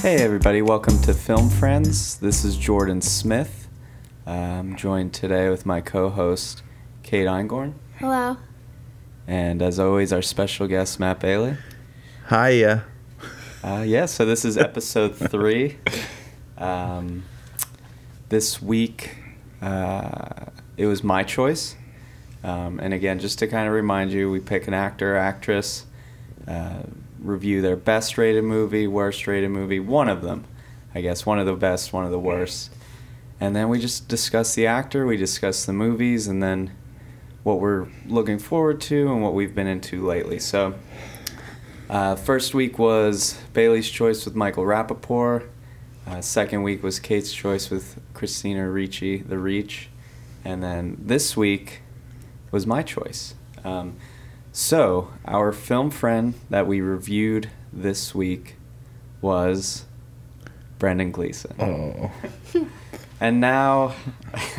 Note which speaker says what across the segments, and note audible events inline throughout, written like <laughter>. Speaker 1: Hey, everybody, welcome to Film Friends. This is Jordan Smith. Uh, I'm joined today with my co host, Kate Eingorn,
Speaker 2: Hello.
Speaker 1: and as always, our special guest, Matt Bailey.
Speaker 3: Hiya.
Speaker 1: Uh, yeah, so this is episode three. Um, this week, uh, it was my choice. Um, and again, just to kind of remind you, we pick an actor, actress, uh, review their best rated movie, worst rated movie, one of them, I guess, one of the best, one of the worst. And then we just discuss the actor, we discuss the movies, and then what we're looking forward to and what we've been into lately. So, uh, first week was Bailey's Choice with Michael Rappaport. Uh, second week was Kate's Choice with Christina Ricci, The Reach. And then this week was my choice. Um, so, our film friend that we reviewed this week was Brendan Gleeson.
Speaker 3: Oh.
Speaker 1: And now <laughs>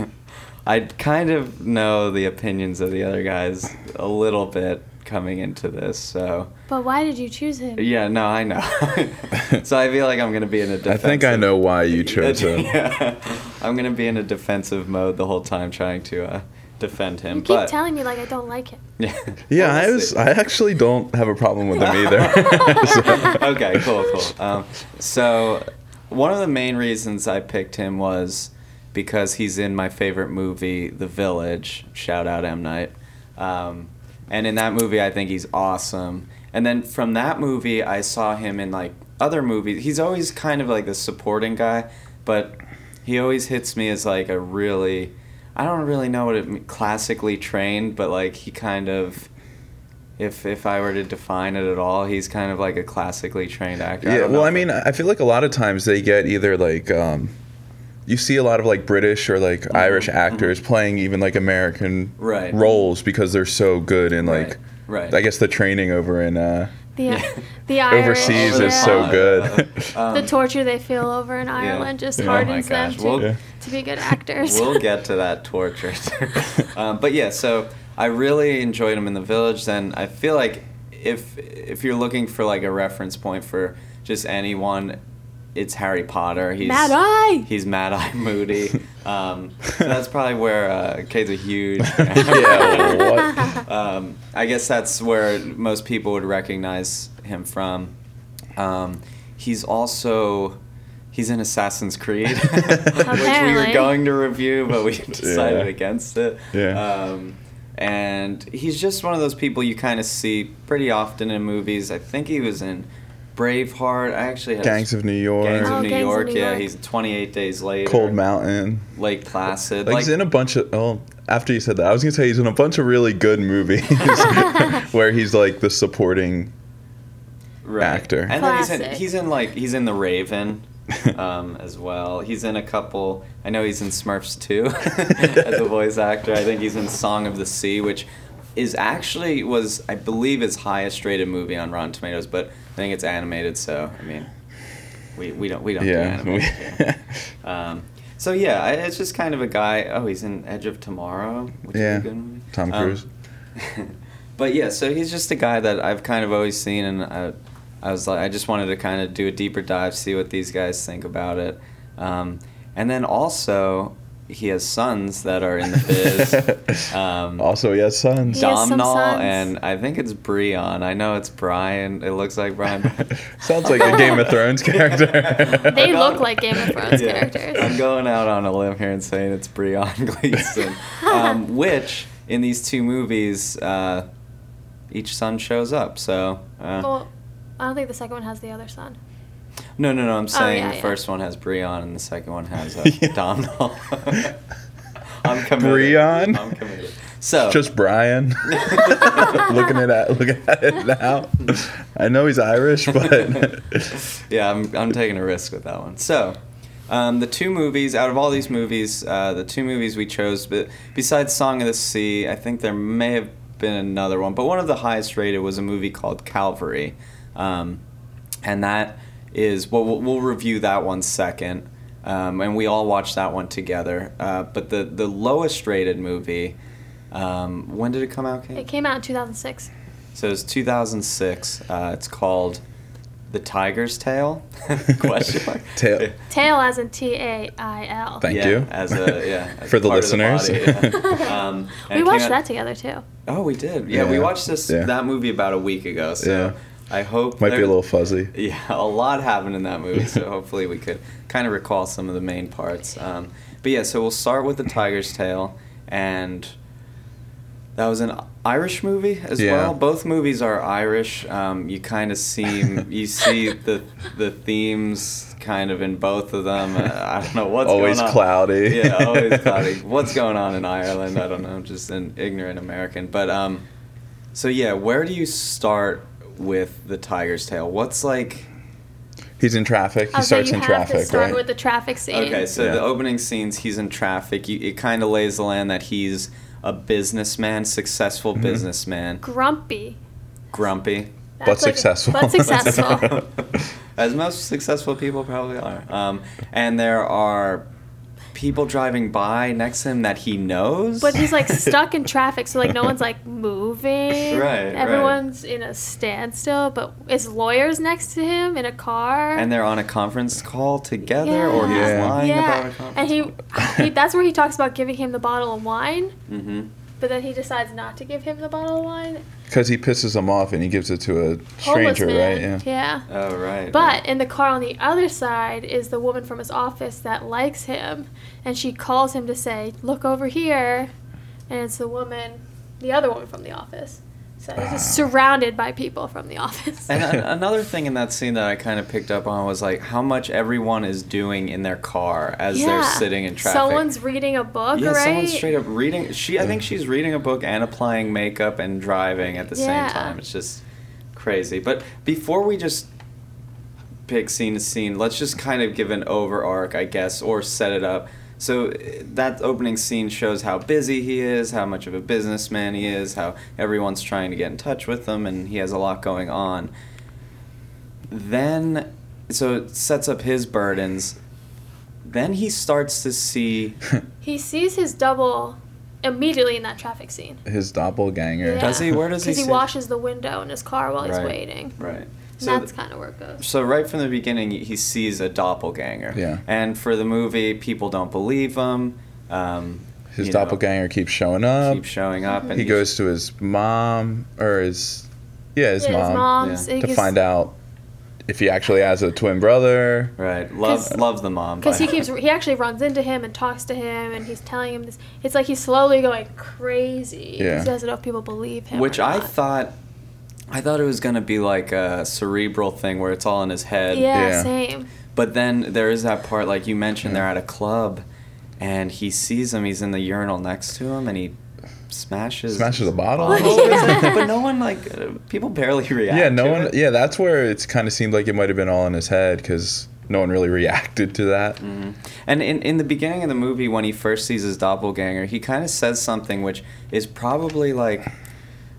Speaker 1: I kind of know the opinions of the other guys a little bit coming into this, so.
Speaker 2: But why did you choose him?
Speaker 1: Yeah, no, I know. <laughs> so I feel like I'm gonna be in a
Speaker 3: I
Speaker 1: defensive.
Speaker 3: think I know why you chose
Speaker 1: <laughs>
Speaker 3: him.
Speaker 1: yeah, I'm gonna be in a defensive mode the whole time, trying to uh, defend him.
Speaker 2: You keep
Speaker 1: but
Speaker 2: telling me like I don't like him.
Speaker 1: yeah,
Speaker 3: Yeah, I
Speaker 1: We'll
Speaker 3: was.
Speaker 1: see.
Speaker 3: I actually don't have a problem with him either.
Speaker 1: <laughs>
Speaker 3: <laughs>
Speaker 1: okay, cool, cool. Um, so, one of the main reasons I picked him was because he's in my favorite movie, The Village. Shout out M Night. Um, and in that movie, I think he's awesome. And then from that movie, I saw him in like other movies. He's always kind of like the supporting guy, but he always hits me as like a really, I don't really know what it me- classically trained, but like he kind of if if I were to define it at all, he's kind of like a classically trained actor.
Speaker 3: yeah.
Speaker 1: don't
Speaker 3: Well,
Speaker 1: know
Speaker 3: I
Speaker 1: if
Speaker 3: mean, I feel like a lot of times they get either like. Um, you see a lot of like British or like Irish actors playing even like American
Speaker 1: Mm-hmm. Right.
Speaker 3: roles because they're so good and like
Speaker 1: right, right.
Speaker 3: I guess the training over in uh,
Speaker 1: <laughs>
Speaker 2: The
Speaker 1: Yeah.
Speaker 2: the Irish
Speaker 3: overseas
Speaker 1: yeah.
Speaker 3: is so good.
Speaker 1: <laughs> Um,
Speaker 2: The torture they feel over in Ireland just
Speaker 3: Yeah. Oh my
Speaker 2: hardens them
Speaker 1: gosh,
Speaker 2: to,
Speaker 1: <laughs> well-
Speaker 3: Yeah.
Speaker 2: to be good actors. <laughs>
Speaker 1: we'll get to that torture. <laughs> um, but yeah, so I really enjoyed him in the village. Then I feel like if if you're looking for like a reference point for just anyone, it's Harry Potter. He's
Speaker 2: Mad Eye.
Speaker 1: He's Mad Eye
Speaker 3: <laughs>
Speaker 1: Moody. Um, so that's probably where uh, Kate's a huge.
Speaker 3: <laughs> yeah.
Speaker 1: <laughs>
Speaker 3: What?
Speaker 1: um, I guess that's where most people would recognize him from. Um, he's also he's in Assassin's Creed, <laughs> which we were
Speaker 2: Apparently.
Speaker 1: going to review, but we decided
Speaker 3: <laughs> Yeah.
Speaker 1: against it.
Speaker 3: Yeah.
Speaker 1: Um, and he's just one of those people you kind of see pretty often in movies. I think he was in Braveheart. I actually had
Speaker 3: Gangs of New York,
Speaker 1: Gangs of
Speaker 2: Oh,
Speaker 1: New
Speaker 2: Gangs of
Speaker 1: York.
Speaker 2: New
Speaker 1: yeah,
Speaker 2: York.
Speaker 1: he's 28 Days Later.
Speaker 3: Cold Mountain.
Speaker 1: Lake Placid.
Speaker 3: Like, he's in a bunch of. Oh, after you said that, I was gonna say he's in a bunch of really
Speaker 1: <laughs>
Speaker 3: good movies <laughs> where he's like the supporting.
Speaker 1: Right.
Speaker 3: actor.
Speaker 1: And then he's in,
Speaker 2: Classic.
Speaker 1: he's in like he's in The Raven um, <laughs> as well. He's in a couple. I know he's in Smurfs too <laughs> as a voice actor. I think he's in Song of the Sea, which is actually was I believe his highest rated movie on Rotten Tomatoes, but I think it's animated. So I mean, we, we don't we don't do
Speaker 3: yeah.
Speaker 1: animated. here.
Speaker 3: <laughs>
Speaker 1: Um, so yeah, I- it's just kind of a guy. Oh, he's in Edge of Tomorrow, which
Speaker 3: Yeah,
Speaker 1: is a good movie.
Speaker 3: Tom
Speaker 1: Um,
Speaker 3: Cruise.
Speaker 1: <laughs> but yeah, so he's just a guy that I've kind of always seen, and I, I was like, I just wanted to kind of do a deeper dive, see what these guys think about it, um, and then also he has sons that are in
Speaker 3: <laughs>
Speaker 1: the biz. Um,
Speaker 3: also, he has sons.
Speaker 2: He Yeah. has some
Speaker 1: Domhnall
Speaker 2: sons.
Speaker 1: and I think it's Breon. I know it's Brian. It looks like Brian.
Speaker 3: <laughs> Sounds like a Game of
Speaker 2: <laughs>
Speaker 3: Thrones character.
Speaker 2: They
Speaker 1: I'm
Speaker 2: look
Speaker 1: going-
Speaker 2: like Game of Thrones
Speaker 1: Yeah.
Speaker 2: characters.
Speaker 1: I'm going out on a limb here and saying it's Breon <laughs> Gleason,
Speaker 2: <laughs>
Speaker 1: um, which in these two movies, uh, each son shows up. So uh,
Speaker 2: <laughs> Well, I don't think the second one has the other son.
Speaker 1: no, no, no. I'm saying
Speaker 2: oh, yeah,
Speaker 1: the
Speaker 2: yeah.
Speaker 1: first one has Breon and the second one has uh,
Speaker 3: <laughs> Yeah.
Speaker 1: Domhnall. <laughs>
Speaker 3: <laughs>
Speaker 1: I'm committed.
Speaker 3: Breon?
Speaker 1: I'm committed. So
Speaker 3: Just Brian. <laughs> looking at that, looking at it now. I know he's Irish, but
Speaker 1: <laughs> yeah, I'm, I'm taking a risk with that one. So, um, the two movies out of all these movies, uh, the two movies we chose, but besides Song of the Sea, I think there may have been another one, but one of the highest rated was a movie called Calvary, um, and that is well, we'll, we'll review that one second, um, and we all watched that one together. Uh, but the the lowest rated movie, um, when did it come out, Kate?
Speaker 2: It came out in 2006.
Speaker 1: So it's 2006. Uh, it's called The Tiger's Tail? <laughs> Question mark.
Speaker 3: Tail.
Speaker 2: Tail as in T A I L.
Speaker 3: Thank
Speaker 1: yeah,
Speaker 3: you.
Speaker 1: As a,
Speaker 3: <laughs>
Speaker 1: yeah, as
Speaker 3: For
Speaker 1: a
Speaker 3: the
Speaker 1: part of
Speaker 3: listeners.
Speaker 1: body,
Speaker 2: <laughs>
Speaker 3: <laughs>
Speaker 1: yeah. <laughs> Um, and
Speaker 2: we
Speaker 1: it came
Speaker 2: watched
Speaker 1: out-
Speaker 2: that together too.
Speaker 1: Oh, we did. Yeah, we
Speaker 3: Yeah,
Speaker 1: watched this
Speaker 3: yeah.
Speaker 1: that movie about a week ago. So I hope
Speaker 3: Might be a
Speaker 1: there-
Speaker 3: little fuzzy.
Speaker 1: <laughs> Yeah, a lot happened in that movie,
Speaker 3: <laughs>
Speaker 1: so hopefully we could kind of recall some of the main parts. Um, but yeah, so we'll start with the Tiger's Tale, and that was an Irish movie as
Speaker 3: Yeah.
Speaker 1: well. Both movies are Irish. Um, you kind of seem you see the the themes kind of in both of them. Uh, I don't know what's
Speaker 3: Always
Speaker 1: going on.
Speaker 3: cloudy.
Speaker 1: Yeah,
Speaker 3: <laughs>
Speaker 1: always cloudy. What's going on in Ireland? I don't know. I'm just an ignorant American, but. Um, so yeah, where do you start with the Tiger's Tail? What's like
Speaker 3: He's in traffic. He
Speaker 2: Okay,
Speaker 3: starts
Speaker 2: Oh, you
Speaker 3: in
Speaker 2: have to
Speaker 3: traffic,
Speaker 2: start
Speaker 3: right?
Speaker 2: with the traffic scene.
Speaker 1: okay? So
Speaker 3: Yeah.
Speaker 1: the opening scenes, he's in traffic. You, it kind of lays the land that he's a businessman, successful
Speaker 3: Mhm.
Speaker 1: businessman,
Speaker 2: Grumpy.
Speaker 1: grumpy,
Speaker 2: That's
Speaker 3: <laughs> but
Speaker 2: like-
Speaker 3: successful.
Speaker 2: But successful.
Speaker 1: <laughs> as most successful people probably are. Um, and there are people driving by next to him that he knows.
Speaker 2: but he's like stuck in traffic, so like no one's like moving.
Speaker 1: Right, right.
Speaker 2: Everyone's in a standstill, but his lawyer's next to him in a car.
Speaker 1: and they're on a conference call together, or he's
Speaker 3: Yeah.
Speaker 1: lying
Speaker 2: yeah.
Speaker 1: about a conference.
Speaker 2: And he, he that's where he talks about giving him the bottle of wine,
Speaker 1: Mm-hmm.
Speaker 2: but then he decides not to give him the bottle of wine.
Speaker 3: Because he pisses him off and he gives it to a
Speaker 2: Homeless
Speaker 3: stranger, right?
Speaker 2: man.
Speaker 3: Yeah.
Speaker 2: Yeah.
Speaker 1: Oh right.
Speaker 2: But in the car on the other side is the woman from his office that likes him, and she calls him to say, "Look over here," and it's the woman, the other woman from the office. So
Speaker 1: <sighs>
Speaker 2: he's just surrounded by people from the office. <laughs>
Speaker 1: And a- another thing in that scene that I kind of picked up on was like how much everyone is doing in their car as they're sitting in traffic.
Speaker 2: Someone's reading a book,
Speaker 1: yeah,
Speaker 2: right?
Speaker 1: someone's straight up reading. She, I think she's reading a book and applying makeup and driving at the
Speaker 2: Yeah.
Speaker 1: same time. It's just crazy. But before we just pick scene to scene, let's just kind of give an over arc, I guess, or set it up. So uh, that opening scene shows how busy he is, how much of a businessman he is, how everyone's trying to get in touch with him, and he has a lot going on. Then, so it sets up his burdens. Then he starts to
Speaker 3: <laughs>
Speaker 1: see
Speaker 2: He sees his double immediately in that traffic scene.
Speaker 3: His doppelganger.
Speaker 2: Yeah.
Speaker 1: Does he? Where does he
Speaker 2: Because he
Speaker 1: sit?
Speaker 2: washes the window in his car while he's
Speaker 1: Right.
Speaker 2: waiting.
Speaker 1: Right.
Speaker 2: And
Speaker 1: So,
Speaker 2: that's kind of where it goes.
Speaker 1: so right from the beginning, he sees a doppelganger.
Speaker 3: Yeah.
Speaker 1: And for the movie, people don't believe him. Um,
Speaker 3: His
Speaker 1: you know,
Speaker 3: doppelganger keeps showing up.
Speaker 1: keeps showing up, and
Speaker 3: he
Speaker 1: he's-
Speaker 3: goes to his mom or his yeah his
Speaker 2: Yeah,
Speaker 3: mom,
Speaker 2: mom's-
Speaker 1: yeah.
Speaker 2: he
Speaker 3: to
Speaker 2: gets-
Speaker 3: find out if he actually has a twin brother.
Speaker 1: Right. Love,
Speaker 2: 'Cause-
Speaker 1: love the mom.
Speaker 2: Because he
Speaker 1: but- <laughs>
Speaker 2: keeps, he actually runs into him and talks to him, and he's telling him this. It's like he's slowly going crazy. 'cause
Speaker 3: Yeah.
Speaker 2: He doesn't know if people believe him.
Speaker 1: Which
Speaker 2: or
Speaker 1: I
Speaker 2: not.
Speaker 1: thought, I thought it was gonna be like a cerebral thing where it's all in his head.
Speaker 2: Yeah,
Speaker 3: Yeah.
Speaker 2: same.
Speaker 1: But then there is that part, like you mentioned,
Speaker 3: Yeah.
Speaker 1: they're at a club, and he sees him. He's in the urinal next to him, and he smashes
Speaker 3: Smashes a bottle?
Speaker 1: bottle.
Speaker 2: Yeah.
Speaker 1: but no one like uh, people barely react.
Speaker 3: yeah, no
Speaker 1: to
Speaker 3: one.
Speaker 1: it.
Speaker 3: Yeah, that's where it's kind of seemed like it might have been all in his head because no one really <laughs> reacted to that.
Speaker 1: Mm-hmm. And in, in the beginning of the movie, when he first sees his doppelganger, he kind of says something which is probably like,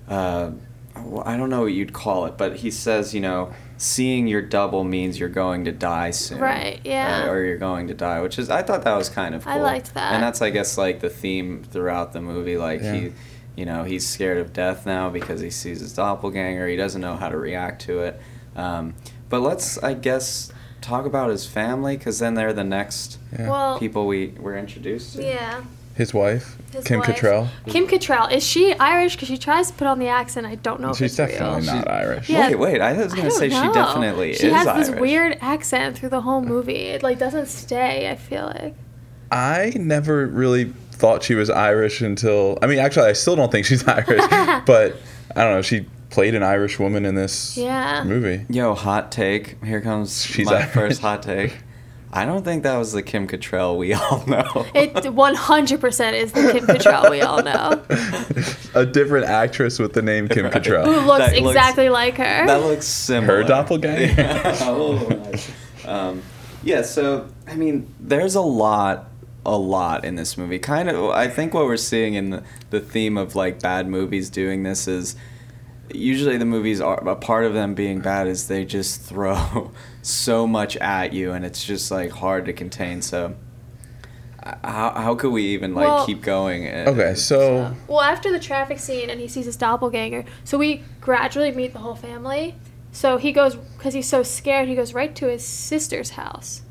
Speaker 1: uh, well, I don't know what you'd call it, but he says, you know, seeing your double means you're going to die soon.
Speaker 2: Right, yeah.
Speaker 1: Or, or you're going to die, which is, I thought that was kind of cool.
Speaker 2: I liked that.
Speaker 1: And that's, I guess, like the theme throughout the movie. Like,
Speaker 3: Yeah.
Speaker 1: he. You know, he's scared of death now because he sees his doppelganger. He doesn't know how to react to it. Um, but let's, I guess, talk about his family because then they're the next
Speaker 3: Yeah.
Speaker 2: Well,
Speaker 1: people we were introduced to.
Speaker 2: yeah.
Speaker 3: His wife,
Speaker 2: His
Speaker 3: Kim
Speaker 2: wife.
Speaker 3: Cattrall.
Speaker 2: Kim Cattrall is she Irish? Because she tries to put on the accent. I don't know. if
Speaker 3: She's
Speaker 2: it's
Speaker 3: definitely
Speaker 2: real.
Speaker 3: not Irish.
Speaker 2: Yeah.
Speaker 1: Wait, wait. I was
Speaker 2: I
Speaker 1: going to
Speaker 2: don't
Speaker 1: say she
Speaker 2: know.
Speaker 1: definitely is
Speaker 2: She has
Speaker 1: Irish.
Speaker 2: this weird accent through the whole movie. It like doesn't stay. I feel like.
Speaker 3: I never really thought she was Irish until I mean, actually, I still don't think she's
Speaker 2: <laughs>
Speaker 3: <laughs> Irish, but I don't know. She played an Irish woman in this
Speaker 2: Yeah.
Speaker 3: movie.
Speaker 1: Yo, hot take. Here comes
Speaker 3: She's
Speaker 1: my
Speaker 3: Irish.
Speaker 1: first hot take. I don't think that was the Kim Cattrall we all <laughs> know.
Speaker 2: It 100 percent is the Kim Cattrall we
Speaker 1: <laughs>
Speaker 2: all know.
Speaker 3: <laughs> A different actress with the name Kim
Speaker 1: Right.
Speaker 3: Cattrall.
Speaker 2: Who looks
Speaker 1: That looks-
Speaker 2: exactly like her.
Speaker 1: that looks similar.
Speaker 3: doppelganger?
Speaker 1: <laughs> Yeah. Oh, my. um, yeah. So I mean, there's a lot, a lot in this movie. Kind of, I think what we're seeing in the, the theme of like bad movies doing this is usually the movies are a part of them being bad is they just <laughs> throw so much at you and it's just like hard to contain. So. h- How, how could we even like
Speaker 2: Well-
Speaker 1: keep going? uh,
Speaker 3: Okay, so
Speaker 2: Well, after the traffic scene and he sees his doppelganger, so we gradually meet the whole family. So he goes, because he's so scared, he goes right to his sister's house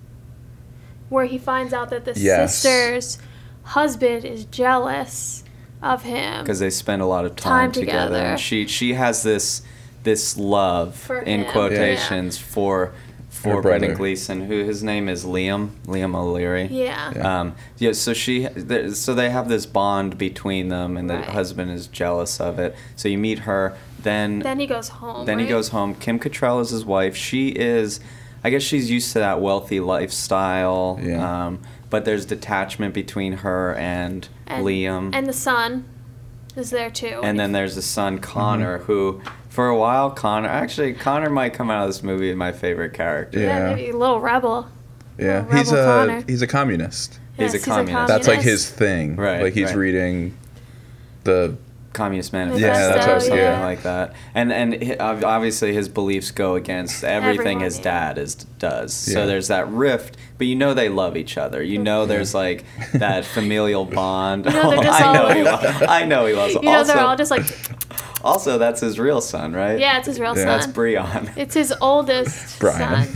Speaker 2: where he finds out that the
Speaker 3: Yes.
Speaker 2: sister's husband is jealous of him.
Speaker 1: because they spend a lot of time,
Speaker 2: Time
Speaker 1: together.
Speaker 2: together.
Speaker 1: And she she has this this love
Speaker 2: For
Speaker 1: in
Speaker 2: him,
Speaker 1: quotations for
Speaker 3: Her
Speaker 1: for
Speaker 3: brother.
Speaker 1: Brendan Gleeson, who his name is Liam Liam O'Leary.
Speaker 2: Yeah.
Speaker 3: Yeah.
Speaker 1: Um, yeah, so she, th- so they have this bond between them, and the
Speaker 2: Right.
Speaker 1: husband is jealous of it. So you meet her, then
Speaker 2: Then he goes home.
Speaker 1: then he
Speaker 2: right?
Speaker 1: goes home. Kim Cattrall is his wife. She is, I guess she's used to that wealthy lifestyle.
Speaker 3: Yeah.
Speaker 1: Um, but there's detachment between her and,
Speaker 2: And-
Speaker 1: Liam.
Speaker 2: And the son is there too.
Speaker 1: And then there's the son Connor,
Speaker 3: Mm-hmm.
Speaker 1: who for a while Connor actually Connor might come out of this movie my favorite character.
Speaker 3: Yeah.
Speaker 2: maybe a little rebel.
Speaker 3: Yeah,
Speaker 2: Well,
Speaker 3: he's a
Speaker 2: Rebel Connor.
Speaker 3: he's a communist.
Speaker 1: He's a
Speaker 2: Um,
Speaker 1: communist.
Speaker 3: That's like his
Speaker 2: communist.
Speaker 3: thing.
Speaker 1: Right,
Speaker 3: Like he's
Speaker 1: right.
Speaker 3: reading the
Speaker 1: Communist manifesto,
Speaker 2: Manifesto,
Speaker 3: Yeah, that's what I was
Speaker 1: something
Speaker 3: thinking. yeah.
Speaker 1: like that. And and hi- ob- obviously his beliefs go against everything
Speaker 2: Everyone,
Speaker 1: his
Speaker 2: yeah.
Speaker 1: dad is does.
Speaker 3: Yeah.
Speaker 1: So there's that rift, but you know they love each other. You know there's like
Speaker 3: <laughs>
Speaker 1: that familial bond.
Speaker 2: Mm-hmm. You know they're
Speaker 1: <laughs>
Speaker 2: just
Speaker 1: I know
Speaker 2: all
Speaker 1: he
Speaker 2: like-
Speaker 1: loves. I know he loves.
Speaker 2: <laughs> You know,
Speaker 1: also,
Speaker 2: they're all just like,
Speaker 3: <laughs>
Speaker 1: also that's his real son, right?
Speaker 2: yeah, it's his real son.
Speaker 3: Yeah.
Speaker 1: That's Breon.
Speaker 2: It's his oldest son.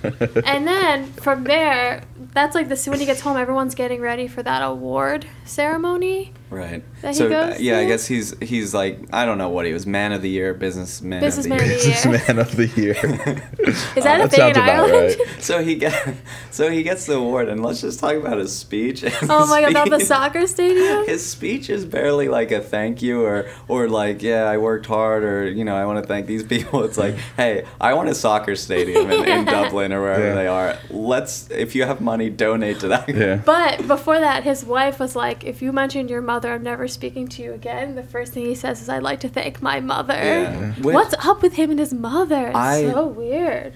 Speaker 1: <laughs>
Speaker 3: Brian.
Speaker 2: And then from there, that's like this when he gets home, everyone's getting ready for that award ceremony.
Speaker 1: Right.
Speaker 2: that he
Speaker 1: so
Speaker 2: goes
Speaker 1: yeah, I
Speaker 2: to?
Speaker 1: guess he's he's like I don't know what he was, man of the year, businessman.
Speaker 2: Businessman
Speaker 1: Of the year.
Speaker 3: businessman of the year.
Speaker 2: Is that
Speaker 1: Oh,
Speaker 3: Uh,
Speaker 2: a
Speaker 3: that
Speaker 2: thing
Speaker 3: sounds
Speaker 2: in
Speaker 3: about
Speaker 2: Ireland?
Speaker 3: right.
Speaker 1: <laughs> So he get, so he gets the award, and let's just talk about his speech.
Speaker 2: <laughs> oh my god, about the
Speaker 1: <laughs> Speech-
Speaker 2: soccer stadium?
Speaker 1: His speech is barely like a thank you or or like yeah I worked hard or you know I want to thank these <laughs> people. It's like hey I want a soccer stadium in, in
Speaker 2: <laughs> Yeah.
Speaker 1: Dublin or wherever
Speaker 3: Yeah.
Speaker 1: they are. Let's if you have money donate to that.
Speaker 2: <laughs>
Speaker 3: yeah.
Speaker 2: But before that, his wife was like, "If you mention your mother, I'm never speaking to you again." The first thing he says is, "I'd like to thank my mother."
Speaker 1: Yeah. Which-
Speaker 2: What's up with him and his mother? It's
Speaker 1: I-
Speaker 2: so weird.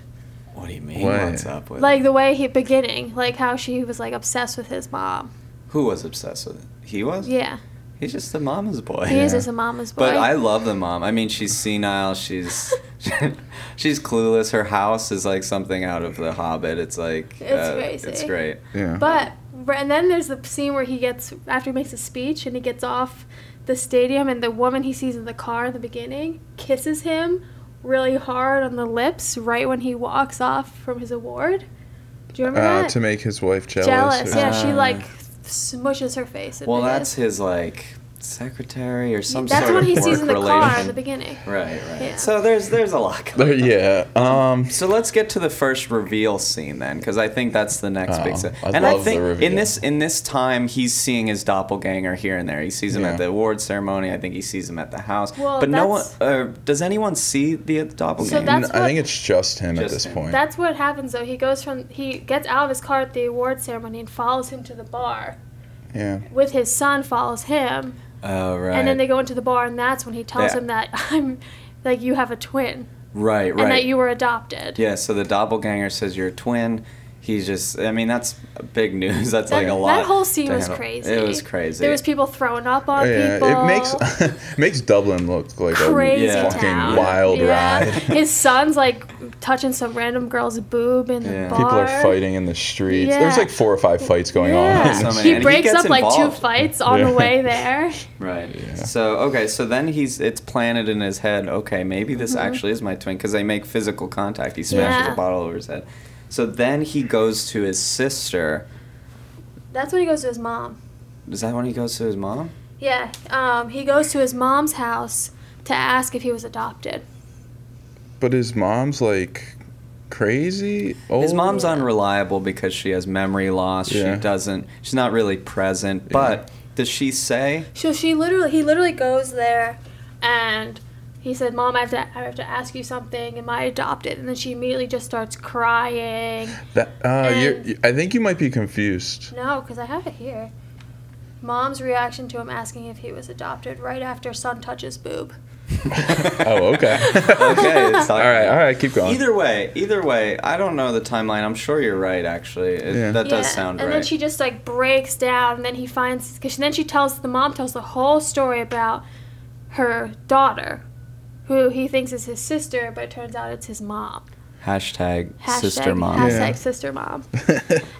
Speaker 1: What do you mean?
Speaker 3: What?
Speaker 1: What's up with
Speaker 2: Like the way he beginning, like how she was like obsessed with his mom.
Speaker 1: who was obsessed with it? He was. <laughs>
Speaker 2: Yeah,
Speaker 1: He's just the mama's boy.
Speaker 2: he is
Speaker 3: Yeah.
Speaker 2: just a mama's boy.
Speaker 1: But I love the mom. I mean, she's senile. She's <laughs> she's clueless. Her house is like something out of The Hobbit. It's like
Speaker 2: It's
Speaker 1: uh,
Speaker 2: crazy.
Speaker 1: It's great.
Speaker 3: Yeah.
Speaker 2: But and then there's the scene where he gets after he makes a speech and he gets off the stadium and the woman he sees in the car in the beginning kisses him really hard on the lips right when he walks off from his award. Do you remember
Speaker 3: uh,
Speaker 2: that?
Speaker 3: to make his wife jealous.
Speaker 2: Jealous.
Speaker 3: or-
Speaker 2: Yeah,
Speaker 1: Ah.
Speaker 2: she like smushes her face. into
Speaker 1: Well,
Speaker 2: his.
Speaker 1: that's his like secretary or some
Speaker 2: that's
Speaker 1: sort
Speaker 2: what
Speaker 1: of
Speaker 2: he
Speaker 1: work
Speaker 2: sees in the car in the
Speaker 1: relation.
Speaker 2: beginning.
Speaker 1: Right, right.
Speaker 2: Yeah.
Speaker 1: So there's there's a lot.
Speaker 3: There-
Speaker 2: <laughs>
Speaker 1: Going on.
Speaker 3: yeah. Um.
Speaker 1: So let's get to the first reveal scene then, because I think that's the next big
Speaker 3: Oh,
Speaker 1: scene.
Speaker 3: I
Speaker 1: and
Speaker 3: love
Speaker 1: I
Speaker 3: the
Speaker 1: think in
Speaker 3: reveal.
Speaker 1: this in this time he's seeing his doppelganger here and there. He sees him
Speaker 3: Yeah.
Speaker 1: at the award ceremony. I think he sees him at the house.
Speaker 2: Well,
Speaker 1: but no one
Speaker 2: that's-
Speaker 1: uh, does anyone see the doppelganger.
Speaker 2: So that's
Speaker 3: I
Speaker 2: what-
Speaker 3: think it's just him
Speaker 1: Just
Speaker 3: at this
Speaker 1: him.
Speaker 3: point.
Speaker 2: That's what happens though. He goes from he gets out of his car at the award ceremony and follows him to the bar
Speaker 3: yeah.
Speaker 2: with his son follows him
Speaker 1: oh right.
Speaker 2: And then they go into the bar, and that's when he tells
Speaker 1: Yeah.
Speaker 2: him that <laughs> I'm like you have a twin
Speaker 1: right right.
Speaker 2: and that you were adopted.
Speaker 1: yeah. So the doppelganger says you're a twin. He's just. I mean that's big news. <laughs> That's
Speaker 2: That,
Speaker 1: like a lot.
Speaker 2: that whole scene
Speaker 1: to
Speaker 2: was
Speaker 1: handle.
Speaker 2: crazy.
Speaker 1: It was crazy.
Speaker 2: There was people throwing up on
Speaker 3: Oh, Yeah.
Speaker 2: people.
Speaker 3: It makes <laughs> makes Dublin look
Speaker 2: <laughs>
Speaker 3: like
Speaker 2: crazy
Speaker 3: a
Speaker 1: Yeah.
Speaker 3: fucking
Speaker 2: town.
Speaker 3: wild ride.
Speaker 2: His son's like touching some random girl's boob in
Speaker 1: Yeah.
Speaker 2: the bar.
Speaker 3: <laughs> People are fighting in the streets. There's
Speaker 2: Yeah.
Speaker 3: like four or five fights going
Speaker 2: Yeah.
Speaker 1: <laughs> So
Speaker 3: <laughs> on.
Speaker 1: many-
Speaker 2: he
Speaker 1: and he
Speaker 2: breaks
Speaker 1: gets
Speaker 2: up like two
Speaker 1: involved.
Speaker 2: fights on the
Speaker 3: Yeah. <laughs>
Speaker 2: way there.
Speaker 1: Right. So okay, so then he's it's planted in his head. Okay, maybe this actually is my twin because they make physical contact. He smashes
Speaker 2: Mm-hmm. Yeah.
Speaker 1: a bottle over his head. So then he goes to his sister.
Speaker 2: That's when he goes to his mom.
Speaker 1: Is that when he goes to his mom?
Speaker 2: Yeah, um, he goes to his mom's house to ask if he was adopted.
Speaker 3: But his mom's like crazy. Oh, Old.
Speaker 1: His mom's unreliable because she has memory loss.
Speaker 3: Yeah.
Speaker 1: She doesn't. She's not really present. But does she say?
Speaker 2: So she literally, he literally goes there, and he said, "Mom, I have to, I have to ask you something. Am I adopted?" And then she immediately just starts crying.
Speaker 3: That, uh, you're,
Speaker 2: and-
Speaker 3: you- I think you might be confused.
Speaker 2: No, because I have it here. Mom's reaction to him asking if he was adopted right after son touches boob.
Speaker 3: <laughs> Oh, okay.
Speaker 1: okay. It's
Speaker 3: <laughs> all right, all right, keep going.
Speaker 1: Either way, either way, I don't know the timeline. I'm sure you're right. Actually, It-
Speaker 3: Yeah.
Speaker 1: that does
Speaker 2: Yeah,
Speaker 1: sound
Speaker 2: and
Speaker 1: right.
Speaker 2: then she just like breaks down, and then he finds because then she tells the mom tells the whole story about her daughter, who he thinks is his sister, but it turns out it's his mom.
Speaker 1: Hashtag,
Speaker 2: Hashtag,
Speaker 1: sister mom.
Speaker 2: Hashtag
Speaker 3: Yeah.
Speaker 2: sister mom. <laughs>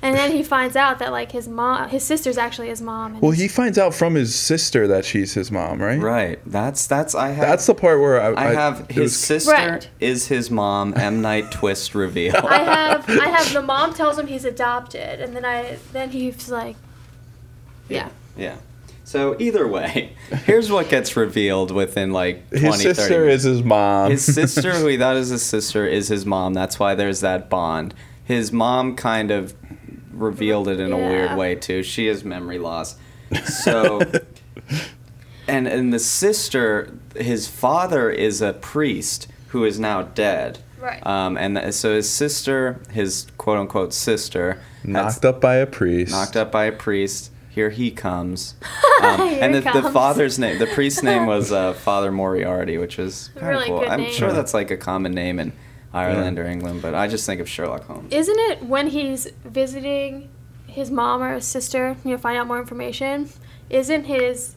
Speaker 2: And then he finds out that like his mom, his sister's actually his mom. And
Speaker 3: <laughs> well, he finds out from his sister that she's his mom, right?
Speaker 1: Right. That's that's I have.
Speaker 3: That's the part where I,
Speaker 1: I have
Speaker 3: it
Speaker 1: his
Speaker 3: was-
Speaker 1: sister
Speaker 2: Right.
Speaker 1: is his mom. M Night Twist reveal.
Speaker 2: I have, I have the mom tells him he's adopted, and then I, then he's like, yeah.
Speaker 1: <laughs> yeah. So either way, here's what gets revealed within like 20,
Speaker 3: his
Speaker 1: 30
Speaker 3: sister
Speaker 1: minutes.
Speaker 3: is his mom.
Speaker 1: his
Speaker 3: <laughs>
Speaker 1: sister, who he thought is his sister, is his mom. That's why there's that bond. His mom kind of revealed it in a
Speaker 2: Yeah.
Speaker 1: weird way too. She has memory loss.
Speaker 3: <laughs>
Speaker 1: So and and the sister, his father is a priest who is now dead.
Speaker 2: Right. <laughs>
Speaker 1: Um, and th- so his sister, his quote unquote sister, has-
Speaker 3: knocked up by a priest.
Speaker 1: knocked up by a priest. Here he
Speaker 3: <laughs>
Speaker 1: comes. Um,
Speaker 2: Here
Speaker 1: and
Speaker 2: he
Speaker 1: the, the
Speaker 2: comes.
Speaker 1: father's name, the priest's name was uh, Father Moriarty, which is kind
Speaker 2: Really
Speaker 1: of cool.
Speaker 2: good
Speaker 1: I'm
Speaker 2: name.
Speaker 1: sure that's like a common name in Ireland or England, but I just think of Sherlock Holmes.
Speaker 2: Isn't it when he's visiting his mom or his sister, you know, find out more information? Isn't his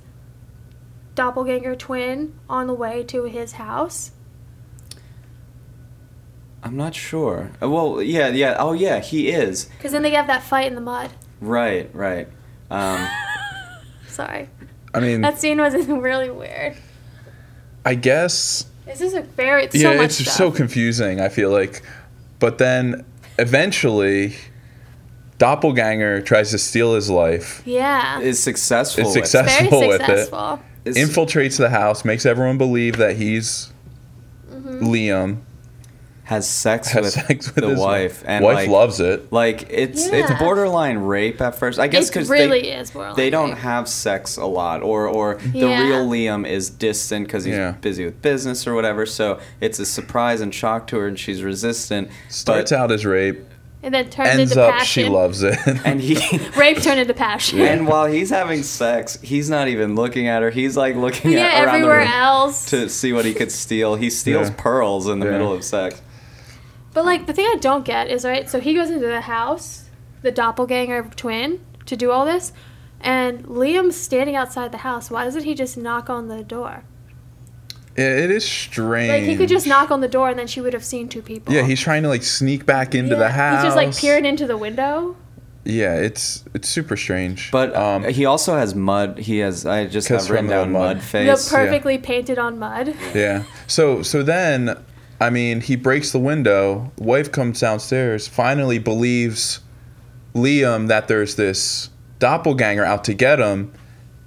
Speaker 2: doppelganger twin on the way to his house?
Speaker 1: I'm not sure. Uh, Well, yeah, yeah. Oh, yeah, he is.
Speaker 2: Because then they have that fight in
Speaker 1: <laughs>
Speaker 2: the mud.
Speaker 1: Right, right.
Speaker 3: <gasps>
Speaker 1: Um,
Speaker 2: Sorry,
Speaker 3: I mean,
Speaker 2: that scene was <laughs> really weird.
Speaker 3: I guess
Speaker 2: This is a very it's
Speaker 3: yeah,
Speaker 2: so much
Speaker 3: it's
Speaker 2: stuff.
Speaker 3: so confusing. I feel like, but then eventually, doppelganger tries to steal his life,
Speaker 2: yeah,
Speaker 1: is successful.
Speaker 3: It's
Speaker 1: with-
Speaker 3: success-
Speaker 2: very
Speaker 3: successful with it.
Speaker 2: successful.
Speaker 1: is-
Speaker 3: infiltrates the house, makes everyone believe that he's
Speaker 2: Mm-hmm.
Speaker 3: Liam,
Speaker 1: has sex
Speaker 3: has
Speaker 1: with
Speaker 3: sex with
Speaker 1: the
Speaker 3: his
Speaker 1: wife. And
Speaker 3: wife
Speaker 1: like,
Speaker 3: loves it.
Speaker 1: Like it's it's
Speaker 2: Yeah.
Speaker 1: borderline rape at first. I guess
Speaker 2: It
Speaker 1: because
Speaker 2: really is borderline.
Speaker 1: they don't have sex a lot or or the
Speaker 2: Yeah.
Speaker 1: real liam is distant because he's
Speaker 3: Yeah.
Speaker 1: busy with business or whatever so it's a surprise and shock to her and she's resistant
Speaker 3: Starts
Speaker 1: but,
Speaker 3: out as rape,
Speaker 2: and then turns
Speaker 3: ends
Speaker 2: into
Speaker 3: up
Speaker 2: passion.
Speaker 3: she loves it.
Speaker 1: <laughs> and
Speaker 3: <laughs>
Speaker 1: he
Speaker 2: Rape turned into passion. <laughs>
Speaker 1: and while he's having sex he's not even looking at her he's like looking
Speaker 2: yeah,
Speaker 1: at around
Speaker 2: everywhere
Speaker 1: the room
Speaker 2: else.
Speaker 1: to see what he could steal he steals
Speaker 3: Yeah.
Speaker 1: pearls in the
Speaker 3: Yeah.
Speaker 1: middle of sex
Speaker 2: But like the thing I don't get is right. So he goes into the house, the doppelganger twin, to do all this, and Liam's standing outside the house. Why doesn't he just knock on the door?
Speaker 3: It- it is strange.
Speaker 2: Like he could just knock on the door and then she would have seen two people.
Speaker 3: Yeah, he's trying to like sneak back into the
Speaker 2: Yeah,
Speaker 3: house.
Speaker 2: He's just like peering into the window.
Speaker 3: Yeah, it's it's super strange.
Speaker 1: but uh,
Speaker 3: um,
Speaker 1: he also has mud he has i just
Speaker 3: Because
Speaker 1: have written
Speaker 3: from the
Speaker 1: down
Speaker 3: mud.
Speaker 1: mud, face
Speaker 2: the perfectly painted on mud.
Speaker 3: yeah. So so then, I mean, he breaks the window. Wife comes downstairs. Finally, believes Liam that there's this doppelganger out to get him,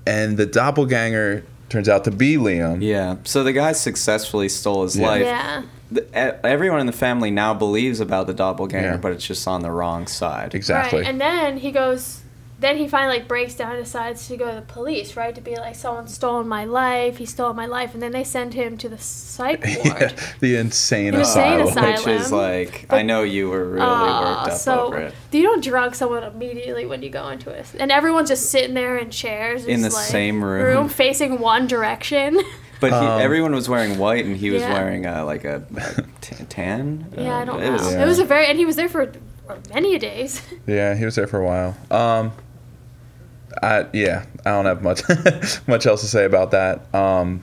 Speaker 3: and the doppelganger turns out to be Liam.
Speaker 1: yeah so the guy successfully stole his
Speaker 3: Yeah.
Speaker 1: life
Speaker 2: Yeah.
Speaker 1: the, e- everyone in the family now believes about the doppelganger,
Speaker 3: Yeah.
Speaker 1: but it's just on the wrong side.
Speaker 3: Exactly.
Speaker 2: Right. And then he goes. Then he finally like breaks down and decides to go to the police, right? To be like, someone stole my life. He stole my life, and then they send him to the psych
Speaker 1: <laughs>
Speaker 2: ward.
Speaker 3: <laughs> yeah, the insane,
Speaker 2: Insane
Speaker 3: asylum.
Speaker 2: asylum.
Speaker 1: Uh, Which is like, I know you were really worked
Speaker 2: Aw,
Speaker 1: up
Speaker 2: so
Speaker 1: over it.
Speaker 2: you don't drug someone immediately when you go into it, and everyone's just sitting there in chairs
Speaker 1: In
Speaker 2: just,
Speaker 1: the
Speaker 2: like,
Speaker 1: same room. Oh,
Speaker 2: facing one direction. <laughs>
Speaker 1: But he,
Speaker 3: Um,
Speaker 1: everyone was wearing white, and he was
Speaker 2: Yeah.
Speaker 1: wearing uh, like a, a
Speaker 3: <laughs>
Speaker 1: t- tan.
Speaker 2: yeah, I
Speaker 1: Um,
Speaker 2: don't
Speaker 1: it
Speaker 2: know.
Speaker 1: was-
Speaker 3: Yeah.
Speaker 2: It was a very, and he was there for many days.
Speaker 3: Yeah, he was there for a while. Um, I yeah, I don't have much <laughs> much else to say about that. Um,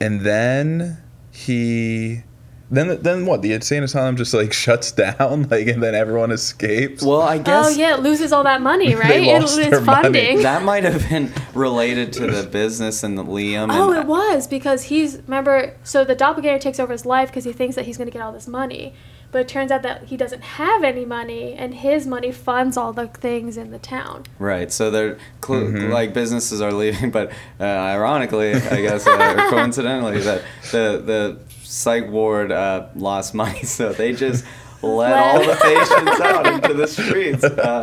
Speaker 3: and then he, then then what? The insane asylum just like <laughs> shuts down, like, and then everyone escapes.
Speaker 1: Well, I guess
Speaker 2: oh yeah, it loses all
Speaker 1: <laughs>
Speaker 2: that money, right?
Speaker 3: lost
Speaker 2: it,
Speaker 3: their
Speaker 2: it's
Speaker 3: money.
Speaker 2: funding.
Speaker 1: that might have been related to the business and the Liam.
Speaker 2: <laughs> Oh,
Speaker 1: and
Speaker 2: it was because he's remember. So the doppelganger takes over his life because he thinks that he's going to get all this money, but it turns out that he doesn't have any money, and his money funds all the things in the town.
Speaker 1: Right, so they're cl-
Speaker 3: Mm-hmm.
Speaker 1: like businesses are leaving, <laughs> but uh, ironically, I guess, uh,
Speaker 3: <laughs>
Speaker 1: or coincidentally, that the the psych ward uh, lost money, <laughs> so they just let all the patients out into the streets. Uh,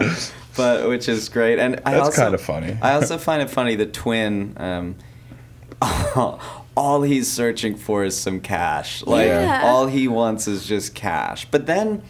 Speaker 1: but which is great, and I
Speaker 3: That's
Speaker 1: also
Speaker 3: kinda funny.
Speaker 1: I also find it funny the twin. Um, <laughs> all he's searching for is some cash. Like
Speaker 2: Yeah.
Speaker 1: all he wants is just cash. But then,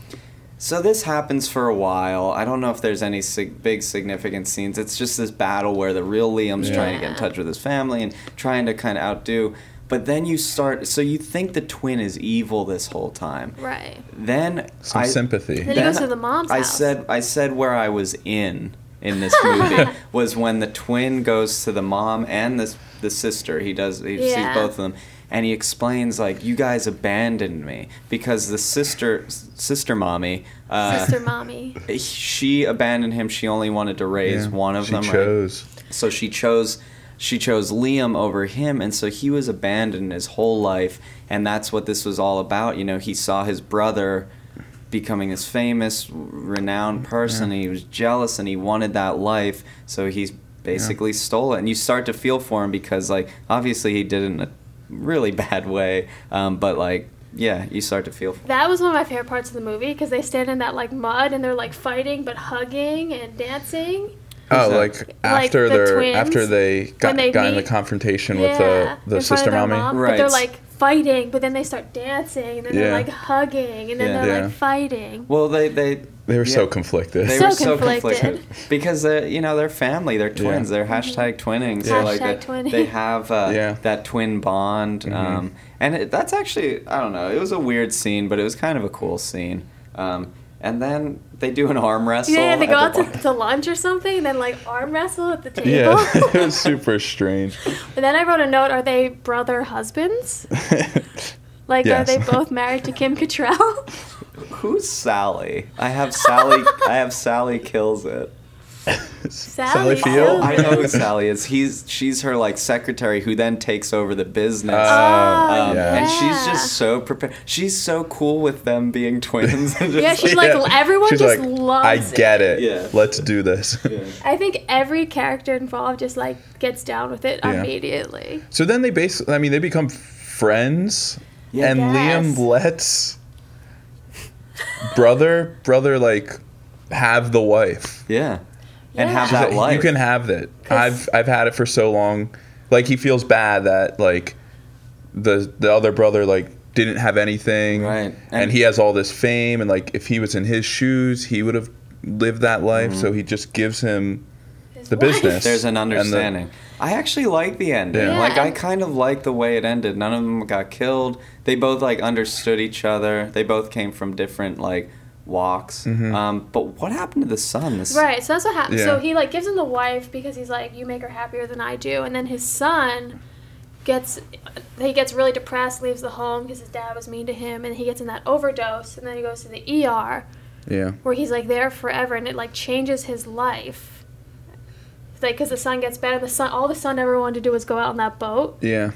Speaker 1: so this happens for a while. I don't know if there's any sig- big significant scenes. It's just this battle where the real Liam's
Speaker 3: Yeah.
Speaker 1: trying to get in touch with his family and trying to kind of outdo. But then you start. So you think the twin is evil this whole time.
Speaker 2: Right.
Speaker 1: Then
Speaker 3: <laughs> Some
Speaker 1: I,
Speaker 3: sympathy.
Speaker 2: Then he goes
Speaker 1: then
Speaker 2: to the mom's
Speaker 1: I
Speaker 2: house.
Speaker 1: said I said where I was in in
Speaker 2: <laughs>
Speaker 1: this movie was when the twin goes to the mom and the the sister. He does he
Speaker 2: Yeah.
Speaker 1: sees both of them, and he explains like, "You guys abandoned me because the sister sister mommy." Uh,
Speaker 3: <laughs>
Speaker 2: Sister mommy.
Speaker 1: she abandoned him. She only wanted to raise
Speaker 3: Yeah,
Speaker 1: one of
Speaker 3: she
Speaker 1: them. right?
Speaker 3: chose.
Speaker 1: So she chose she chose Liam over him and so he was abandoned his whole life and that's what this was all about. You know, he saw his brother becoming this famous renowned person and he was jealous and he wanted that life so he's basically stole it and you start to feel for him because like obviously he did it in a really <laughs> bad way um, but like yeah you start to feel for him.
Speaker 2: That was one of my favorite parts of the movie because they stand in that like mud and they're like fighting but hugging and dancing.
Speaker 3: Oh,
Speaker 1: that?
Speaker 3: like
Speaker 2: Like
Speaker 3: after
Speaker 2: the
Speaker 3: their
Speaker 2: twins,
Speaker 3: after they got,
Speaker 2: they
Speaker 3: got in the
Speaker 2: meet-
Speaker 3: confrontation with
Speaker 2: yeah,
Speaker 3: the, the
Speaker 2: in front of
Speaker 3: sister
Speaker 2: their
Speaker 3: mommy.
Speaker 2: mom, But
Speaker 1: Right.
Speaker 2: they're like fighting, but then they start dancing and then
Speaker 3: Yeah.
Speaker 2: they're like hugging and then
Speaker 1: Yeah.
Speaker 2: they're
Speaker 3: Yeah.
Speaker 2: like fighting.
Speaker 1: well they they
Speaker 3: They were so
Speaker 1: Yeah.
Speaker 3: conflicted.
Speaker 1: They
Speaker 2: So
Speaker 1: were so conflicted,
Speaker 2: conflicted. Mm-hmm.
Speaker 1: because they're you know they're family, they're twins, they're hashtag twinning. So like
Speaker 2: Hashtag
Speaker 1: they,
Speaker 2: twinning.
Speaker 1: they have uh,
Speaker 3: Yeah.
Speaker 1: that twin bond,
Speaker 2: Mm-hmm.
Speaker 1: um, and it, that's actually I don't know. It was a weird scene, but it was kind of a cool scene. Um, and then they do an arm wrestle.
Speaker 2: yeah, they
Speaker 1: at
Speaker 2: go
Speaker 1: the
Speaker 2: out to,
Speaker 1: bar. <laughs>
Speaker 2: to lunch or something and then like arm wrestle at the table.
Speaker 3: yeah,
Speaker 2: <laughs>
Speaker 3: <laughs> it was super strange.
Speaker 2: and then I wrote a note: Are they brother husbands? Like,
Speaker 3: Yes.
Speaker 2: are they both married to Kim
Speaker 3: <laughs>
Speaker 2: Cattrall? <laughs>
Speaker 1: Who's Sally? I have Sally. I have Sally kills it.
Speaker 3: Sally
Speaker 2: Field?
Speaker 1: Oh, I know who Sally is. He's she's her like secretary who then takes over the business.
Speaker 3: Uh,
Speaker 2: Oh,
Speaker 1: Um,
Speaker 3: yeah.
Speaker 1: And she's
Speaker 2: yeah.
Speaker 1: just so prepared. She's so cool with them being twins. and
Speaker 2: <laughs> Yeah,
Speaker 1: just,
Speaker 2: <laughs> she's like, everyone
Speaker 3: She's
Speaker 2: just
Speaker 3: like,
Speaker 2: loves
Speaker 3: I get it.
Speaker 1: Yeah.
Speaker 3: Let's do this.
Speaker 1: <laughs> Yeah.
Speaker 2: I think every character involved just like gets down with it
Speaker 3: Yeah.
Speaker 2: immediately.
Speaker 3: So then they basically, I mean, they become friends,
Speaker 1: Yeah.
Speaker 3: and
Speaker 2: Yes.
Speaker 3: Liam lets brother brother like have the wife.
Speaker 1: Yeah. And have
Speaker 2: Yeah.
Speaker 1: that
Speaker 3: She's like,
Speaker 1: life.
Speaker 3: You can have it.
Speaker 2: 'Cause-
Speaker 3: I've I've had it for so long. Like he feels bad that like the the other brother like didn't have anything,
Speaker 1: Right.
Speaker 3: And,
Speaker 1: And-
Speaker 3: he has all this fame, and like if he was in his shoes, he would have lived that life.
Speaker 1: Mm-hmm.
Speaker 3: So he just gives him
Speaker 2: His
Speaker 3: the
Speaker 2: wife.
Speaker 3: business.
Speaker 1: There's an
Speaker 3: and the-
Speaker 1: understanding. I actually like the ending.
Speaker 3: Yeah.
Speaker 1: Like
Speaker 2: Yeah.
Speaker 1: I kind of like the way it ended. None of them got killed. They both like understood each other. They both came from different like walks.
Speaker 3: Mm-hmm.
Speaker 1: Um, but what happened to the son? This
Speaker 2: <laughs> Right, so that's what happens. So
Speaker 3: Yeah.
Speaker 2: he like gives him the wife because he's like, you make her happier than I do, and then his son gets he gets really depressed, leaves the home because his dad was mean to him, and he gets in that overdose, and then he goes to the ER
Speaker 3: yeah.
Speaker 2: where he's like there forever, and it like changes his life. It's, Like, because the son gets better, the son all the son ever wanted to do was go out on that boat,
Speaker 3: Yeah.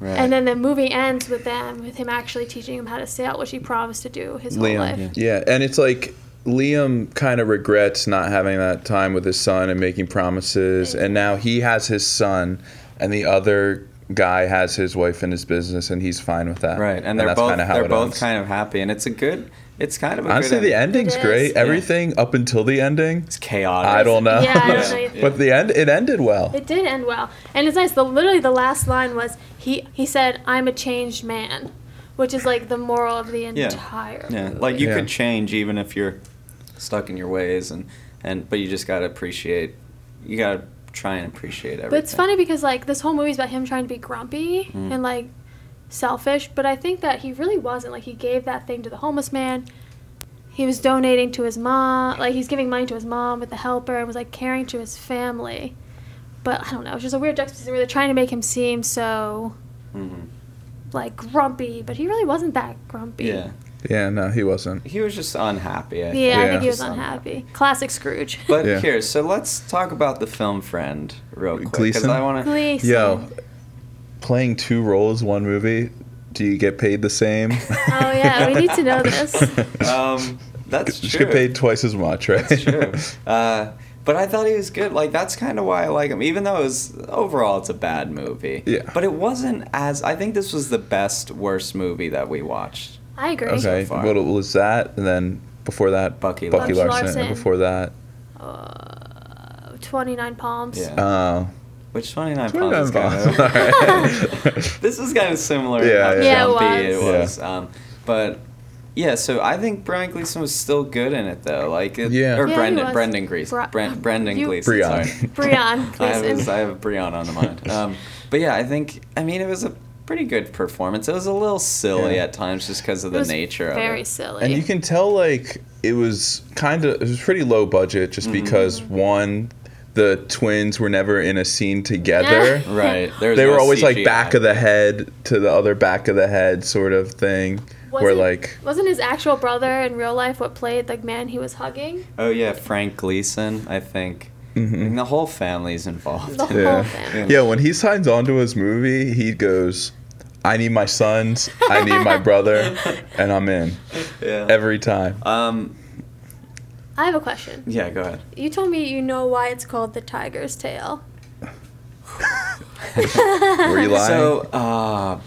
Speaker 1: Right.
Speaker 2: and then the movie ends with them with him actually teaching him how to sail, which he promised to do his whole life.
Speaker 3: Liam. Yeah. and it's like Liam kind of regrets not having that time with his son and making promises, and now he has his son, and the other guy has his wife and his business, and he's fine with that.
Speaker 1: Right. And they're both
Speaker 3: kinda
Speaker 1: they're
Speaker 3: it
Speaker 1: both
Speaker 3: ends.
Speaker 1: kind of happy and it's a good it's kind of a
Speaker 3: Honestly,
Speaker 1: good
Speaker 3: the
Speaker 1: ending.
Speaker 3: ending's
Speaker 2: It is.
Speaker 3: great.
Speaker 2: Yeah.
Speaker 3: Everything up until the ending,
Speaker 1: It's chaotic.
Speaker 3: I don't know.
Speaker 2: Yeah,
Speaker 1: <laughs>
Speaker 2: I don't know
Speaker 1: Yeah. either.
Speaker 3: but the end, it ended well.
Speaker 2: It did end well, and it's nice. The literally the last line was he he said, "I'm a changed man," which is like the moral of the
Speaker 1: Yeah.
Speaker 2: entire.
Speaker 1: Yeah, like you
Speaker 3: Yeah.
Speaker 1: could change even if you're stuck in your ways, and and but you just gotta appreciate. You gotta try and appreciate everything.
Speaker 2: But it's funny because like this whole movie's about him trying to be grumpy
Speaker 1: Mm.
Speaker 2: and like selfish, but I think that he really wasn't. Like he gave that thing to the homeless man. He was donating to his mom, like he's giving money to his mom with the helper, and was like caring to his family. But I don't know, it's just a weird juxtaposition where they're trying to make him seem so
Speaker 1: Mhm.
Speaker 2: like grumpy, but he really wasn't that grumpy.
Speaker 1: Yeah,
Speaker 3: Yeah, no, he wasn't.
Speaker 1: he was just unhappy. I
Speaker 2: Yeah, I
Speaker 3: Yeah.
Speaker 2: think he was
Speaker 1: Just
Speaker 2: unhappy. Classic Scrooge. <laughs>
Speaker 1: But
Speaker 3: Yeah.
Speaker 1: here, so let's talk about the film friend real quick because
Speaker 3: Gleason?
Speaker 1: I want to.
Speaker 2: Gleason.
Speaker 3: Yo, playing two roles, one movie. Do you get paid the same?
Speaker 2: Oh yeah, we need to know
Speaker 3: <laughs>
Speaker 2: this.
Speaker 1: Um, that's
Speaker 3: Just
Speaker 1: true.
Speaker 3: get paid twice as much, right?
Speaker 1: <laughs>
Speaker 3: <laughs>
Speaker 1: That's true. Uh, but I thought he was good. Like that's kind of why I like him, even though it was overall it's a bad movie.
Speaker 3: Yeah.
Speaker 1: But it wasn't as I think this was the best worst movie that we watched.
Speaker 2: I agree.
Speaker 3: okay,
Speaker 1: far.
Speaker 3: what was that? And then before that,
Speaker 1: Bucky
Speaker 2: Larson.
Speaker 3: Larson.
Speaker 2: Larson.
Speaker 3: And before that,
Speaker 2: Uh, 29 Palms.
Speaker 1: Yeah.
Speaker 3: uh,
Speaker 1: Which 29
Speaker 3: Twenty
Speaker 1: Palms
Speaker 3: Nine
Speaker 1: is kind
Speaker 3: Palms.
Speaker 1: of.
Speaker 3: <laughs>
Speaker 1: this is kind of similar to
Speaker 3: Yeah,
Speaker 1: how
Speaker 3: yeah.
Speaker 2: Yeah,
Speaker 1: jumpy
Speaker 2: it
Speaker 1: it
Speaker 3: was.
Speaker 1: was. Um, but yeah, so I think Brian Gleason was still good in it though. Like it,
Speaker 3: Yeah.
Speaker 1: or
Speaker 2: Yeah, he
Speaker 1: Brendan
Speaker 2: was.
Speaker 1: Brendan Gleason.
Speaker 2: Bri-
Speaker 1: Bren- Brendan
Speaker 2: you-
Speaker 1: Gleason. <laughs>
Speaker 3: Brian.
Speaker 1: Sorry.
Speaker 2: Breon
Speaker 1: I have,
Speaker 2: Gleason.
Speaker 3: <laughs>
Speaker 1: I have Brian on the mind. Um, but yeah, I think I mean it was a pretty good performance. It was a little silly
Speaker 3: Yeah.
Speaker 1: at times just because of
Speaker 2: It
Speaker 1: the
Speaker 2: was
Speaker 1: nature of
Speaker 2: Very <laughs>
Speaker 1: it.
Speaker 2: silly.
Speaker 3: And you can tell like it was kind of it was pretty low budget just because one the twins were never in a scene together.
Speaker 1: Right. There was
Speaker 3: they
Speaker 1: no
Speaker 3: were always like
Speaker 1: CGI.
Speaker 3: back of the head to the other back of the head sort of thing where
Speaker 2: Wasn't-
Speaker 3: like
Speaker 2: wasn't his actual brother in real life what played the man he was hugging?
Speaker 1: Oh yeah, Frank Gleason. I think.
Speaker 3: Mhm.
Speaker 1: And the whole family's involved.
Speaker 2: The
Speaker 1: in it.
Speaker 2: whole
Speaker 3: yeah.
Speaker 2: family.
Speaker 3: yeah when he signs on to his movie he goes i need my sons i need my brother and i'm in
Speaker 1: Yeah.
Speaker 3: every <laughs> time
Speaker 1: um.
Speaker 2: I have a question.
Speaker 1: Yeah. Go ahead.
Speaker 2: You told me you know why it's called the tiger's tail.
Speaker 3: were you lying
Speaker 1: So, uh,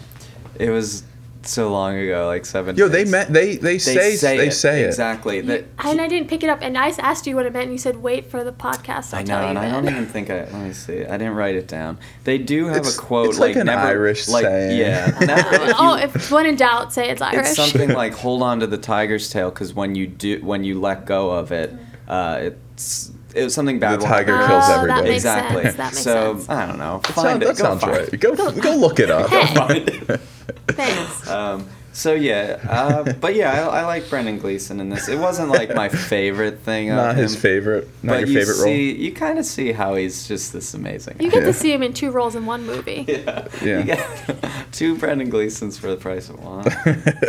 Speaker 1: it was so long ago, like seven.
Speaker 3: yo they
Speaker 1: days.
Speaker 3: met they they, say, they say it
Speaker 1: exactly. That-
Speaker 2: and I didn't pick it up, and I asked you what it meant, and you said, wait for the podcast. I'll
Speaker 1: I know,
Speaker 2: tell you
Speaker 1: and I
Speaker 2: then."
Speaker 1: don't even
Speaker 2: <laughs>
Speaker 1: think I. Let me see. I didn't write it down. They do have
Speaker 3: It's-
Speaker 1: a quote
Speaker 3: it's like an
Speaker 1: never,
Speaker 3: Irish
Speaker 1: like,
Speaker 3: saying. <laughs>
Speaker 1: Yeah. never- if you-
Speaker 2: oh, if it's when in doubt, say it's Irish.
Speaker 1: it's something like hold on to the tiger's tail because when you do when you let go of it, uh, it's it was something bad.
Speaker 3: The
Speaker 1: will
Speaker 3: tiger
Speaker 1: happen.
Speaker 3: kills
Speaker 2: Oh, that
Speaker 3: everybody.
Speaker 2: makes
Speaker 1: exactly.
Speaker 2: sense, that makes
Speaker 1: so
Speaker 2: sense.
Speaker 1: I don't know.
Speaker 3: That sounds-
Speaker 1: Find
Speaker 3: that
Speaker 1: it. Go
Speaker 3: sounds
Speaker 1: find
Speaker 3: right
Speaker 1: it.
Speaker 3: go go look it up
Speaker 2: Hey.
Speaker 1: find <laughs> it.
Speaker 2: Thanks.
Speaker 1: Um, so yeah, uh, but yeah, I, I like Brendan Gleeson in this. It wasn't like
Speaker 3: <laughs>
Speaker 1: my favorite thing.
Speaker 3: not
Speaker 1: of
Speaker 3: his
Speaker 1: him,
Speaker 3: favorite not
Speaker 1: but
Speaker 3: your
Speaker 1: you
Speaker 3: favorite
Speaker 1: see, you kind of see how he's just this amazing.
Speaker 2: you get
Speaker 3: Yeah.
Speaker 2: to see him in two roles in one movie.
Speaker 1: <laughs> Yeah.
Speaker 3: Yeah.
Speaker 1: You get <laughs> two Brendan Gleasons for the price of one.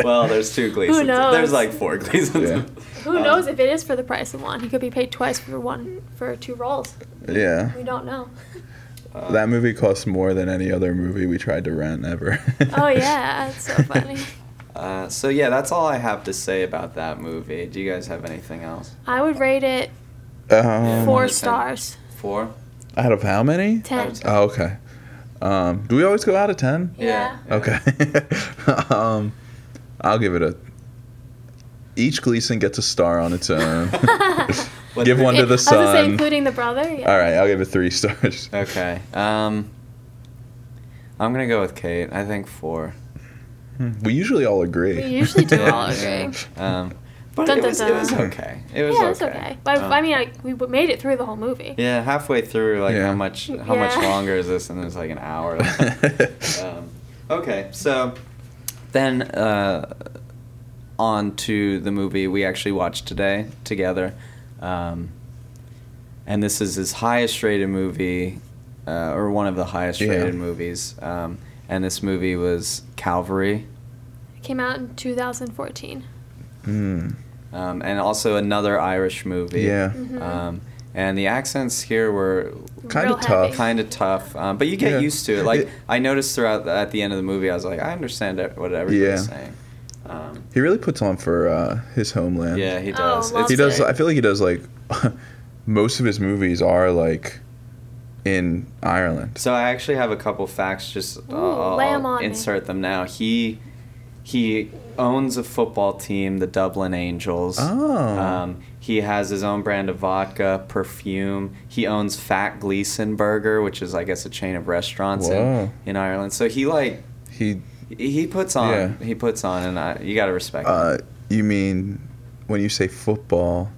Speaker 1: well, there's two Gleasons.
Speaker 2: <laughs> Who knows?
Speaker 1: There's like four Gleasons.
Speaker 3: Yeah.
Speaker 2: Who
Speaker 1: Uh,
Speaker 2: knows if it is for the price of one? He could be paid twice for one for two roles.
Speaker 3: role yeah
Speaker 2: We don't know. <laughs>
Speaker 1: Uh,
Speaker 3: that movie costs more than any other movie we tried to rent ever
Speaker 2: Oh
Speaker 3: <laughs>
Speaker 2: yeah, that's so funny.
Speaker 1: Uh, so yeah, that's all I have to say about that movie. Do you guys have anything else?
Speaker 2: I would rate it
Speaker 3: um,
Speaker 1: Four.
Speaker 2: four stars,
Speaker 1: Four?
Speaker 3: out of how many
Speaker 2: ten.
Speaker 3: Oh, okay. Um, do we always go out of 10?
Speaker 2: Yeah.
Speaker 3: Okay. <laughs> um, I'll give it a. Each Gleason gets a star on
Speaker 2: <laughs>
Speaker 3: its own. <laughs>
Speaker 1: What-
Speaker 3: Give one- Under the
Speaker 2: I was gonna say,
Speaker 3: sun.
Speaker 2: including the brother. Yeah.
Speaker 3: All right, I'll give it three <laughs> stars.
Speaker 1: Okay. Um, I'm gonna go with Kate. I think four.
Speaker 3: We usually all agree.
Speaker 2: We
Speaker 1: <laughs>
Speaker 2: usually do
Speaker 1: Yeah,
Speaker 2: all
Speaker 1: yeah.
Speaker 2: agree.
Speaker 1: Um, but
Speaker 2: Dun,
Speaker 1: it
Speaker 2: dun,
Speaker 1: was, it was
Speaker 2: dun.
Speaker 1: okay. It was
Speaker 2: yeah, it's
Speaker 1: okay.
Speaker 2: okay. But
Speaker 1: Um,
Speaker 2: I mean, like, we w- made it through the whole movie.
Speaker 1: yeah, halfway through, like
Speaker 3: Yeah.
Speaker 1: how much how much
Speaker 2: Yeah.
Speaker 1: longer is this? And it's like an hour. left.
Speaker 3: <laughs>
Speaker 1: um, okay, so then uh, on to the movie we actually watched today together. Um, and this is his highest rated movie, uh, or one of the highest
Speaker 3: Yeah.
Speaker 1: rated movies. Um, and this movie was Calvary.
Speaker 2: It came out in 2014.
Speaker 3: Mm,
Speaker 1: um, and also another Irish movie.
Speaker 3: yeah.
Speaker 1: Um, and the accents here were
Speaker 3: Kinda
Speaker 2: Mm-hmm. Real
Speaker 3: tough.
Speaker 2: heavy.
Speaker 1: kind of tough, um, but you get
Speaker 3: Yeah.
Speaker 1: used to it. Like
Speaker 3: It-
Speaker 1: I noticed throughout the, at the end of the movie, I was like, I understand e-, it- what everybody's
Speaker 3: Yeah.
Speaker 1: saying. Um,
Speaker 3: He really puts on for uh, his homeland.
Speaker 1: yeah, he
Speaker 2: Oh,
Speaker 1: does.
Speaker 2: love
Speaker 3: He
Speaker 2: He
Speaker 3: does.
Speaker 2: it.
Speaker 3: I feel like he does like <laughs> most of his movies are like in Ireland.
Speaker 1: So I actually have a couple facts. Just uh,
Speaker 2: Ooh,
Speaker 1: I'll,
Speaker 2: lay 'em
Speaker 1: I'll
Speaker 2: on me.
Speaker 1: insert them now. He he owns a football team, the Dublin Angels.
Speaker 3: Oh.
Speaker 1: Um, he has his own brand of vodka, perfume. He owns Fat Gleason Burger, which is I guess a chain of restaurants
Speaker 3: Whoa.
Speaker 1: in, in Ireland. So he like
Speaker 3: He
Speaker 1: he puts on
Speaker 3: Yeah.
Speaker 1: he puts on, and I, you gotta respect. him.
Speaker 3: Uh, you mean when you say football?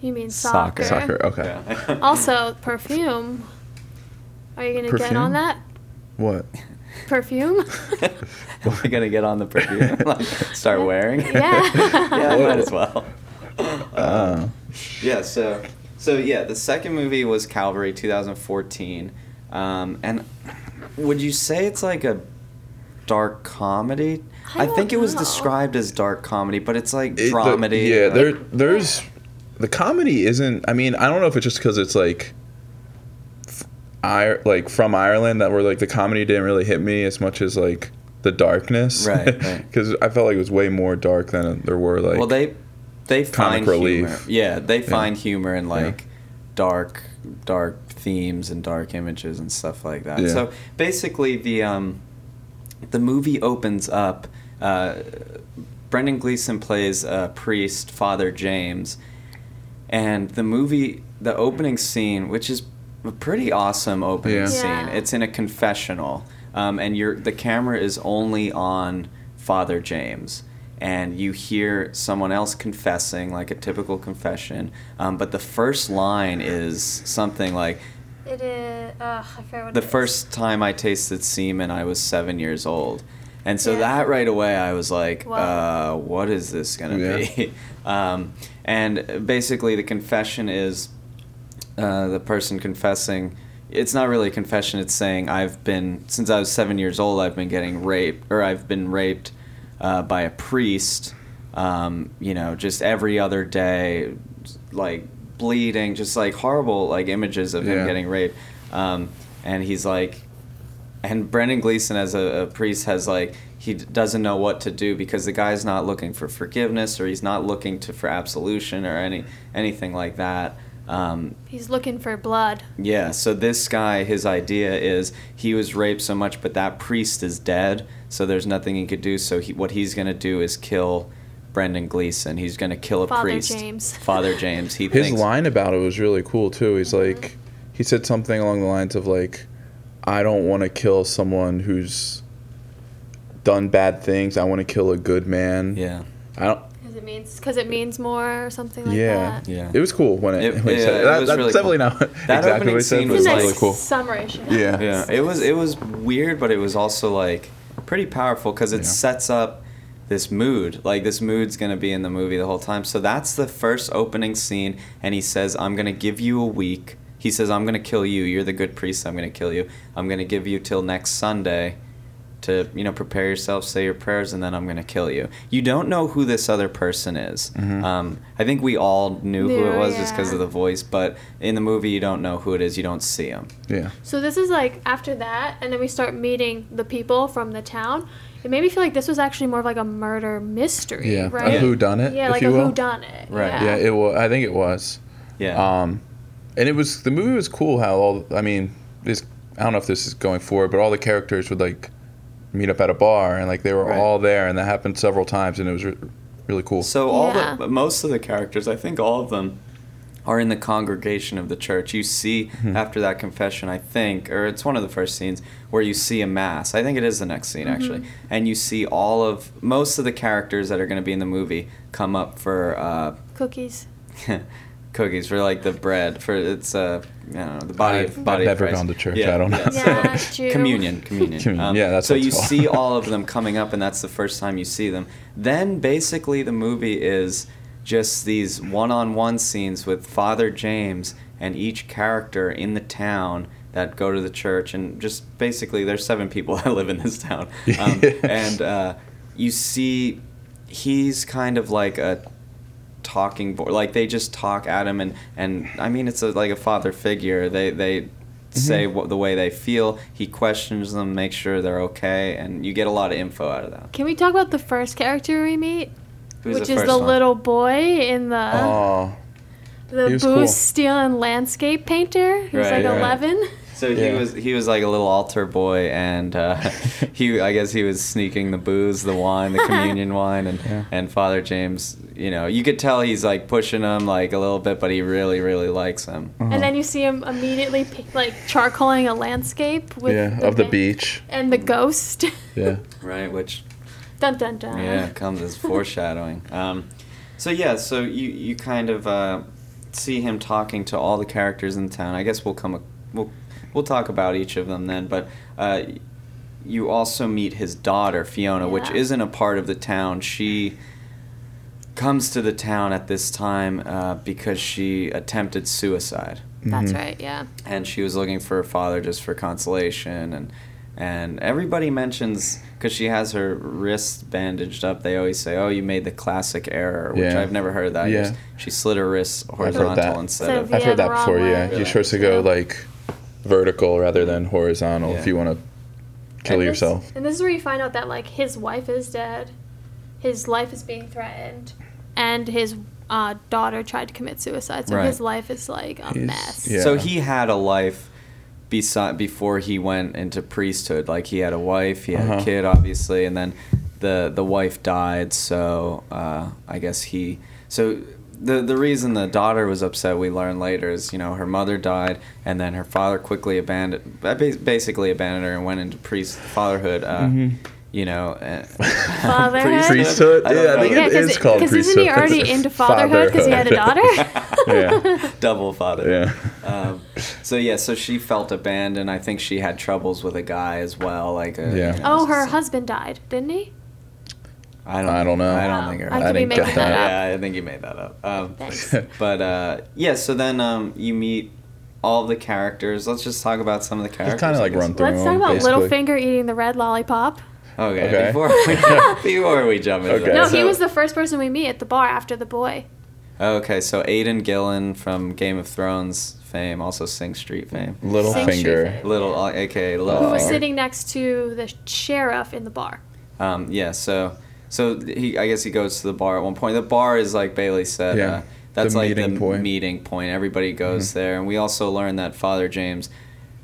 Speaker 2: You mean
Speaker 1: Soccer.
Speaker 2: soccer?
Speaker 3: Soccer. Okay.
Speaker 1: Yeah. <laughs>
Speaker 2: Also, perfume. Are you gonna get
Speaker 3: Perfume?
Speaker 2: on that
Speaker 1: <laughs>
Speaker 3: What?
Speaker 2: perfume?
Speaker 1: Am I gonna get on the perfume? <laughs> like, start wearing? it?
Speaker 2: Yeah.
Speaker 1: <laughs> yeah, I
Speaker 3: Whoa. <laughs>
Speaker 1: might as well. Um,
Speaker 3: Uh,
Speaker 1: Yeah, so so yeah, the second movie was Calvary 2014. Um, and would you say it's like a dark comedy?
Speaker 2: I
Speaker 1: think
Speaker 2: don't
Speaker 1: it was
Speaker 2: know.
Speaker 1: described as dark comedy, but it's like
Speaker 3: it- the-
Speaker 1: dramedy.
Speaker 3: yeah.
Speaker 1: like-
Speaker 3: There, there's the comedy isn't. I mean, I don't know if it's just because it's like. f- Ir- like from Ireland, that where like the comedy didn't really hit me as much as like the darkness,
Speaker 1: Right,
Speaker 3: <laughs>
Speaker 1: right.
Speaker 3: Because I felt like it was way more dark than there were like.
Speaker 1: well, they they find
Speaker 3: relief.
Speaker 1: humor. Yeah, they
Speaker 3: Yeah.
Speaker 1: find humor in like dark dark themes and dark images and stuff like that.
Speaker 3: Yeah.
Speaker 1: So basically, the um, the movie opens up. Uh, Brendan Gleeson plays a priest, Father James, and the movie, the opening scene, which is a pretty awesome opening
Speaker 3: Yeah.
Speaker 1: scene.
Speaker 2: Yeah.
Speaker 1: It's in a confessional, um, and you're, the camera is only on Father James, and you hear someone else confessing, like a typical confession. Um, but the first line is something like,
Speaker 2: It is. Ugh, I forget what
Speaker 1: the
Speaker 2: it is.
Speaker 1: first time I tasted semen, I was seven years old. And so
Speaker 2: Yeah.
Speaker 1: that right away, I was like,
Speaker 2: Wow.
Speaker 1: uh, what is this going to
Speaker 3: Yeah.
Speaker 1: be? <laughs> um, and basically, the confession is uh, the person confessing. It's not really a confession, it's saying, I've been, since I was seven years old, I've been getting raped, or I've been raped uh, by a priest, um, you know, just every other day, like bleeding, just like horrible, like images of
Speaker 3: Yeah.
Speaker 1: him getting raped. Um, and he's like, and Brendan Gleeson as a, a priest has like he d- doesn't know what to do because the guy's not looking for forgiveness or he's not looking to for absolution or any anything like that. Um,
Speaker 2: He's looking for blood.
Speaker 1: yeah, so this guy, his idea is he was raped so much, but that priest is dead, so there's nothing he could do. So he, what he's going to do is kill Brendan Gleeson. He's going to kill a
Speaker 2: Father
Speaker 1: Oh, priest.
Speaker 2: James. <laughs>
Speaker 1: Father James. He
Speaker 3: His
Speaker 1: thinks,
Speaker 3: line about it was really cool too. He's like, he said something along the lines of like, I don't want to kill someone who's done bad things. I want to kill a good man.
Speaker 1: Yeah,
Speaker 3: I don't.
Speaker 2: Because it means because it means more or something like
Speaker 3: Yeah.
Speaker 2: that.
Speaker 1: yeah.
Speaker 3: It was cool when it,
Speaker 1: It-
Speaker 3: when he said
Speaker 1: yeah,
Speaker 3: it.
Speaker 1: it
Speaker 3: That-
Speaker 1: was
Speaker 3: that's
Speaker 1: really
Speaker 3: definitely
Speaker 1: cool.
Speaker 3: not <laughs>
Speaker 1: That
Speaker 3: exactly
Speaker 1: opening
Speaker 3: what he said.
Speaker 1: scene
Speaker 3: but
Speaker 2: It's
Speaker 1: was
Speaker 2: a
Speaker 3: It's
Speaker 1: like-
Speaker 3: really
Speaker 2: nice
Speaker 3: cool.
Speaker 2: summation.
Speaker 3: Yeah.
Speaker 1: yeah it was it was weird but it was also like pretty powerful because it
Speaker 3: Yeah.
Speaker 1: sets up this mood like this mood's going to be in the movie the whole time so that's the first opening scene and he says i'm going to give you a week he says i'm going to kill you you're the good priest i'm going to kill you i'm going to give you till next sunday to you know prepare yourself say your prayers and then i'm going to kill you you don't know who this other person is
Speaker 3: Mhm.
Speaker 1: um, i think we all knew who it
Speaker 2: Knew,
Speaker 1: was just because
Speaker 2: yeah.
Speaker 1: of the voice but in the movie you don't know who it is you don't see him
Speaker 3: Yeah.
Speaker 2: So this is like after that, and then we start meeting the people from the town. It made me feel like this was actually more of like a murder mystery,
Speaker 3: Yeah.
Speaker 2: right?
Speaker 3: A who done it,
Speaker 2: Yeah,
Speaker 3: if
Speaker 2: like
Speaker 3: you
Speaker 2: a
Speaker 3: will.
Speaker 2: who done it.
Speaker 1: Right.
Speaker 3: Yeah. It was. I think it was.
Speaker 1: yeah
Speaker 3: Um, and it was the movie was cool. How all I mean, this I don't know if this is going forward, but all the characters would like meet up at a bar, and like they were
Speaker 1: Right.
Speaker 3: all there, and that happened several times, and it was re- really cool.
Speaker 1: So all
Speaker 2: Yeah.
Speaker 1: the most of the characters, I think all of them, are in the congregation of the church. You see after that confession, I think, or it's one of the first scenes where you see a mass. I think it is the next scene actually, and you see all of most of the characters that are going to be in the movie come up for uh,
Speaker 2: Cookies.
Speaker 1: <laughs> cookies for like the bread for it's uh, I don't know, the body
Speaker 3: I've-
Speaker 1: of body.
Speaker 3: I've
Speaker 1: of
Speaker 3: never
Speaker 1: Christ.
Speaker 3: gone to church, I don't know.
Speaker 2: Yeah, true.
Speaker 1: communion, communion.
Speaker 3: <laughs>
Speaker 1: Um,
Speaker 3: Communion, yeah, that's
Speaker 1: so
Speaker 3: what
Speaker 1: you
Speaker 3: it's called. <laughs>
Speaker 1: see all of them coming up, and that's the first time you see them. Then basically the movie is just these one-on-one scenes with Father James and each character in the town that go to the church, and just basically there's seven people <laughs> that live in this
Speaker 3: <laughs>
Speaker 1: town, um,
Speaker 3: Yeah.
Speaker 1: and uh, you see he's kind of like a talking board like they just talk at him and and i mean it's a, like a father figure they they say what the way they feel he questions them makes sure they're okay and you get a lot of info out of that
Speaker 2: Can we talk about the first character we meet,
Speaker 1: Who's
Speaker 2: which
Speaker 1: the
Speaker 2: is
Speaker 1: first
Speaker 2: the
Speaker 1: one?
Speaker 2: little boy in the
Speaker 3: Oh,
Speaker 2: the
Speaker 3: he
Speaker 2: booze
Speaker 3: was cool.
Speaker 2: stealing landscape painter? He's
Speaker 1: Right,
Speaker 2: like
Speaker 1: right.
Speaker 2: eleven.
Speaker 1: so he
Speaker 3: Yeah.
Speaker 1: was he was like a little altar boy and uh, <laughs> he i guess he was sneaking the booze the wine
Speaker 2: <laughs>
Speaker 1: the communion wine and
Speaker 3: Yeah.
Speaker 1: and father james you know you could tell he's like pushing him like a little bit but he really really likes him
Speaker 3: Uh-huh.
Speaker 2: And then you see him immediately pi- like charcoaling a landscape with
Speaker 3: yeah, of the
Speaker 2: ma-
Speaker 3: beach.
Speaker 2: and the ghost.
Speaker 3: Yeah.
Speaker 1: right which
Speaker 2: <laughs> dun dun dun.
Speaker 1: Yeah, comes as foreshadowing. Um, so yeah, so you you kind of uh, see him talking to all the characters in town. I guess we'll come a, we'll we'll talk about each of them then. But uh, you also meet his daughter Fiona, which
Speaker 2: Yeah.
Speaker 1: isn't a part of the town. She comes to the town at this time uh, because she attempted suicide
Speaker 2: That's
Speaker 3: Mhm.
Speaker 2: right. Yeah.
Speaker 1: and she was looking for her father just for consolation and and everybody mentions because she has her wrist bandaged up they always say oh you made the classic error which
Speaker 3: Yeah.
Speaker 1: i've never heard of that
Speaker 3: Yeah.
Speaker 1: Just- she slid her wrist
Speaker 3: heard that.
Speaker 1: horizontal instead
Speaker 2: So
Speaker 1: of
Speaker 3: I've
Speaker 2: Yeah,
Speaker 3: heard
Speaker 2: the
Speaker 3: that
Speaker 2: wrong
Speaker 3: before.
Speaker 2: way.
Speaker 3: Yeah,
Speaker 1: Yeah.
Speaker 3: you're supposed to go
Speaker 2: Yeah.
Speaker 3: like vertical rather than horizontal
Speaker 1: Yeah.
Speaker 3: if you want to kill
Speaker 2: And this-
Speaker 3: yourself.
Speaker 2: and this is where you find out that like his wife is dead, his life is being threatened, and his uh, daughter tried to commit suicide. So
Speaker 1: Right.
Speaker 2: his life is like a
Speaker 3: He's-
Speaker 2: mess.
Speaker 3: yeah.
Speaker 1: So he had a life besi- before he went into priesthood. Like he had a wife, he had
Speaker 3: Uh-huh.
Speaker 1: a kid, obviously, and then the the wife died. So uh, I guess he. So the the reason the daughter was upset, we learn later, is you know her mother died, and then her father quickly abandoned, ba- basically abandoned her and went into priest fatherhood. Uh, You know, uh, <laughs>
Speaker 2: Fatherhood?
Speaker 3: Mm-hmm. Priesthood?
Speaker 1: I don't
Speaker 3: Yeah, I
Speaker 1: know.
Speaker 3: think
Speaker 2: Yeah,
Speaker 3: it is
Speaker 2: because
Speaker 3: called
Speaker 2: isn't he
Speaker 3: <laughs> priesthood.
Speaker 2: already into fatherhood because he had a daughter?
Speaker 3: <laughs> Yeah.
Speaker 1: double father.
Speaker 3: <laughs> Yeah.
Speaker 1: Um, so yeah, so she felt abandoned. I think she had troubles with a guy as well. Like a,
Speaker 3: Yeah.
Speaker 2: Oh, her
Speaker 1: husband.
Speaker 2: husband died, didn't
Speaker 3: <laughs>
Speaker 2: he?
Speaker 1: I don't.
Speaker 3: I don't know.
Speaker 1: I don't
Speaker 2: Wow.
Speaker 1: think. Her,
Speaker 2: I
Speaker 3: I
Speaker 2: could be
Speaker 3: didn't get
Speaker 2: making that
Speaker 3: that.
Speaker 2: up.
Speaker 1: yeah, I think you made that up. Um,
Speaker 2: Thanks.
Speaker 1: but uh, yeah, so then um, you meet all the characters. Let's just talk about some of the characters.
Speaker 3: Just kind of
Speaker 1: I
Speaker 3: like
Speaker 1: guess.
Speaker 3: run through
Speaker 2: Let's talk
Speaker 3: them,
Speaker 2: about
Speaker 3: basically.
Speaker 2: Littlefinger eating the red lollipop.
Speaker 1: Okay,
Speaker 3: Okay.
Speaker 1: Before,
Speaker 3: <laughs>
Speaker 1: we, <laughs> before we jump into
Speaker 3: Okay.
Speaker 1: that.
Speaker 2: No, he
Speaker 1: So-
Speaker 2: was the first person we meet at the bar after the boy.
Speaker 1: Okay, so Aidan Gillen from Game of Thrones fame, also Sing Street fame.
Speaker 3: <laughs> Little
Speaker 2: Sing
Speaker 3: finger.
Speaker 2: Street.
Speaker 1: Little, uh, aka
Speaker 2: Who
Speaker 3: Oh.
Speaker 1: Little
Speaker 2: was
Speaker 1: Finger.
Speaker 2: sitting next to the sheriff in the bar.
Speaker 1: Um, yeah, so so he, I guess he goes to the bar at one point. The bar is like Bailey said.
Speaker 3: Yeah,
Speaker 1: Uh, that's
Speaker 3: the
Speaker 1: like
Speaker 3: meeting
Speaker 1: the
Speaker 3: point. Mm-hmm.
Speaker 1: meeting point. Everybody goes there, and we also learned that Father James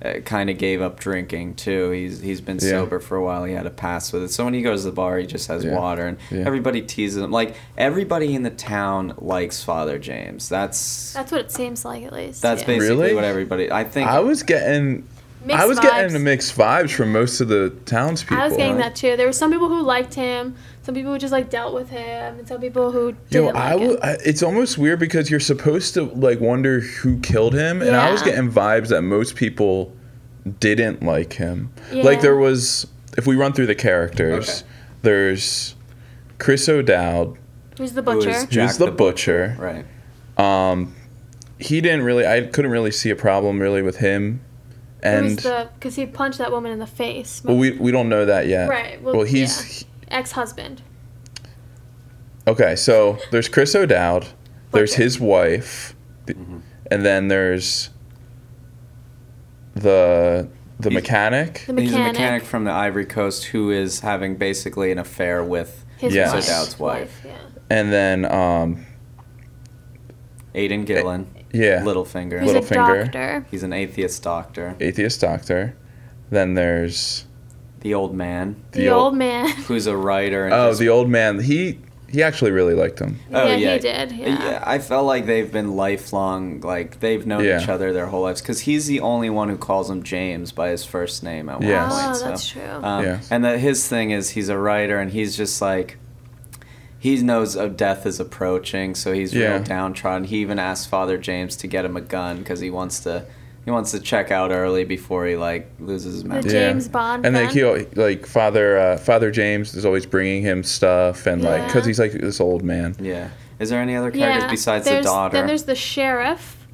Speaker 1: uh, kind of gave up drinking too. He's he's been
Speaker 3: Yeah.
Speaker 1: sober for a while. He had a pass with it. So when he goes to the bar, he just has
Speaker 3: Yeah.
Speaker 1: water, and
Speaker 3: Yeah.
Speaker 1: everybody teases him. Like everybody in the town likes Father James. That's that's,
Speaker 2: That's what it seems like, at least. yeah.
Speaker 1: basically
Speaker 3: Really?
Speaker 1: what everybody. I think
Speaker 3: I was getting
Speaker 2: Mixed
Speaker 3: I was
Speaker 2: vibes.
Speaker 3: getting mixed vibes from most of the townspeople.
Speaker 2: I was getting
Speaker 1: huh?
Speaker 2: that too. There were some people who liked him, some people who just like dealt with him, and some people who didn't
Speaker 3: Yo,
Speaker 2: like
Speaker 3: I
Speaker 2: him.
Speaker 3: will. I, it's almost weird because you're supposed to like wonder who killed him, and I was
Speaker 2: Yeah.
Speaker 3: getting vibes that most people didn't like him. Like
Speaker 2: Yeah.
Speaker 3: there was, if we run through the characters,
Speaker 1: Okay.
Speaker 3: there's Chris O'Dowd,
Speaker 2: Who's the
Speaker 1: Who is
Speaker 2: butcher?
Speaker 1: Jack
Speaker 3: who's the,
Speaker 1: the-
Speaker 3: butcher.
Speaker 1: right.
Speaker 3: Um, he didn't really. I couldn't really see a problem really with him, and
Speaker 2: because he punched that woman in the face.
Speaker 3: well, we we don't know that yet.
Speaker 2: Right, well,
Speaker 3: Well, he's
Speaker 2: yeah. ex-husband.
Speaker 3: Okay, so there's Chris O'Dowd, there's
Speaker 2: Butcher.
Speaker 3: his wife, th-
Speaker 1: Mm-hmm.
Speaker 3: and then there's the the
Speaker 1: He's-
Speaker 3: mechanic.
Speaker 2: The
Speaker 1: He's a
Speaker 2: mechanic.
Speaker 1: mechanic from the Ivory Coast who is having basically an affair with
Speaker 2: His
Speaker 3: Yes.
Speaker 2: wife.
Speaker 1: O'Dowd's wife.
Speaker 2: yeah.
Speaker 3: And then um
Speaker 1: Aidan Gillen,
Speaker 3: yeah,
Speaker 1: Littlefinger.
Speaker 2: Who's a
Speaker 3: Littlefinger.
Speaker 2: doctor.
Speaker 1: He's an atheist doctor.
Speaker 3: atheist doctor. Then there's
Speaker 1: The old man,
Speaker 2: The,
Speaker 3: The
Speaker 2: old,
Speaker 3: old-
Speaker 2: man.
Speaker 1: who's a writer. And
Speaker 3: Oh,
Speaker 1: just-
Speaker 3: the old man. He he actually really liked him.
Speaker 1: Oh,
Speaker 2: <laughs> yeah, he did. Yeah.
Speaker 1: I felt like they've been lifelong, like they've known
Speaker 3: Yeah.
Speaker 1: each other their whole lives. Because he's the only one who calls him James by his first name at one
Speaker 3: Yes.
Speaker 1: point.
Speaker 2: Oh,
Speaker 1: so-
Speaker 2: that's true.
Speaker 1: Um,
Speaker 3: Yeah.
Speaker 1: And that his thing is he's a writer, and he's just like he knows of death is approaching, so he's
Speaker 3: Yeah.
Speaker 1: real downtrodden. He even asked Father James to get him a gun because he wants to he wants to check out early before he like loses his
Speaker 2: The
Speaker 1: memory.
Speaker 2: James Bond
Speaker 3: And like
Speaker 2: fan.
Speaker 3: he al- like father uh, father James is always bringing him stuff and like because
Speaker 2: Yeah.
Speaker 3: he's like this old man.
Speaker 1: Yeah. Is there any other characters
Speaker 2: yeah.
Speaker 1: besides the
Speaker 2: there's,
Speaker 1: daughter?
Speaker 2: Then there's the sheriff,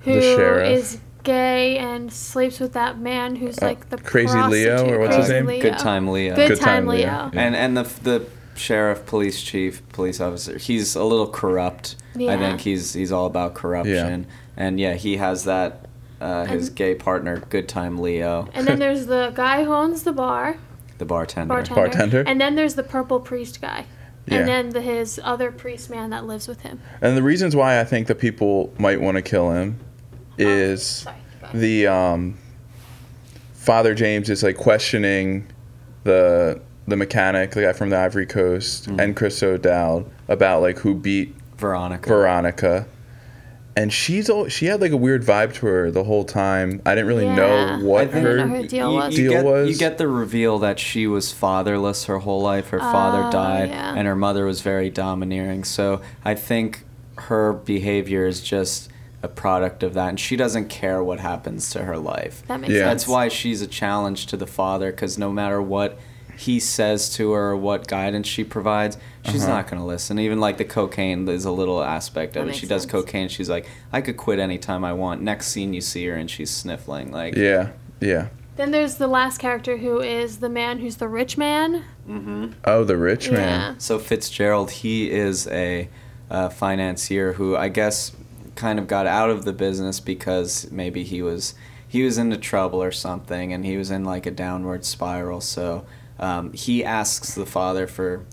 Speaker 2: who
Speaker 3: The
Speaker 2: is
Speaker 3: sheriff.
Speaker 2: gay and sleeps with that man who's
Speaker 3: Uh,
Speaker 2: like the
Speaker 3: Crazy Leo, or
Speaker 2: prostitute.
Speaker 3: what's his
Speaker 2: Crazy
Speaker 3: name?
Speaker 2: Leo.
Speaker 1: Good time Leo.
Speaker 2: uh, Good,
Speaker 3: Good
Speaker 2: time,
Speaker 3: Time
Speaker 2: Leo.
Speaker 3: Leo. Yeah.
Speaker 1: And and the the sheriff, police chief, police officer, he's a little corrupt. I
Speaker 2: Yeah.
Speaker 1: think he's he's all about corruption. And yeah, he has that uh, his
Speaker 2: And-
Speaker 1: gay partner, Good Time Leo,
Speaker 2: And then there's the guy who owns the
Speaker 3: <laughs>
Speaker 2: bar,
Speaker 1: the bartender.
Speaker 2: bartender.
Speaker 3: Bartender.
Speaker 2: And then there's the purple priest guy.
Speaker 3: Yeah.
Speaker 2: And then the, his other priest man that lives with him.
Speaker 3: And the reasons why I think the people might want to kill him is.
Speaker 2: Sorry. go ahead.
Speaker 3: the um, Father James is like questioning the the mechanic, the guy from the Ivory Coast, and Chris O'Dowd about like who beat
Speaker 1: Veronica.
Speaker 3: Veronica, and she's all, she had like a weird vibe to her the whole time. I didn't really
Speaker 2: Yeah.
Speaker 3: know
Speaker 1: I
Speaker 3: what
Speaker 1: think-
Speaker 3: her,
Speaker 2: I know her deal
Speaker 1: you,
Speaker 2: was-
Speaker 1: you
Speaker 3: Deal
Speaker 1: get,
Speaker 3: was-
Speaker 1: you get the reveal that she was fatherless her whole life. Her father
Speaker 2: Oh,
Speaker 1: died,
Speaker 2: yeah.
Speaker 1: and her mother was very domineering. So I think her behavior is just a product of that, and she doesn't care what happens to her life.
Speaker 2: That makes
Speaker 3: Yeah.
Speaker 2: sense.
Speaker 1: That's why she's a challenge to the father because no matter what he says to her or what guidance she provides, she's not going to listen. Even like the cocaine is a little aspect of
Speaker 2: That
Speaker 1: it. She
Speaker 2: makes
Speaker 1: does
Speaker 2: sense.
Speaker 1: cocaine. She's like, I could quit anytime I want. Next scene, you see her and she's sniffling. Like,
Speaker 3: yeah, yeah.
Speaker 2: Then there's the last character who is the man who's the rich man.
Speaker 3: Oh, the rich man.
Speaker 1: So Fitzgerald, he is a uh, financier who I guess kind of got out of the business because maybe he was he was into trouble or something, and he was in like a downward spiral. So um, he asks the father for.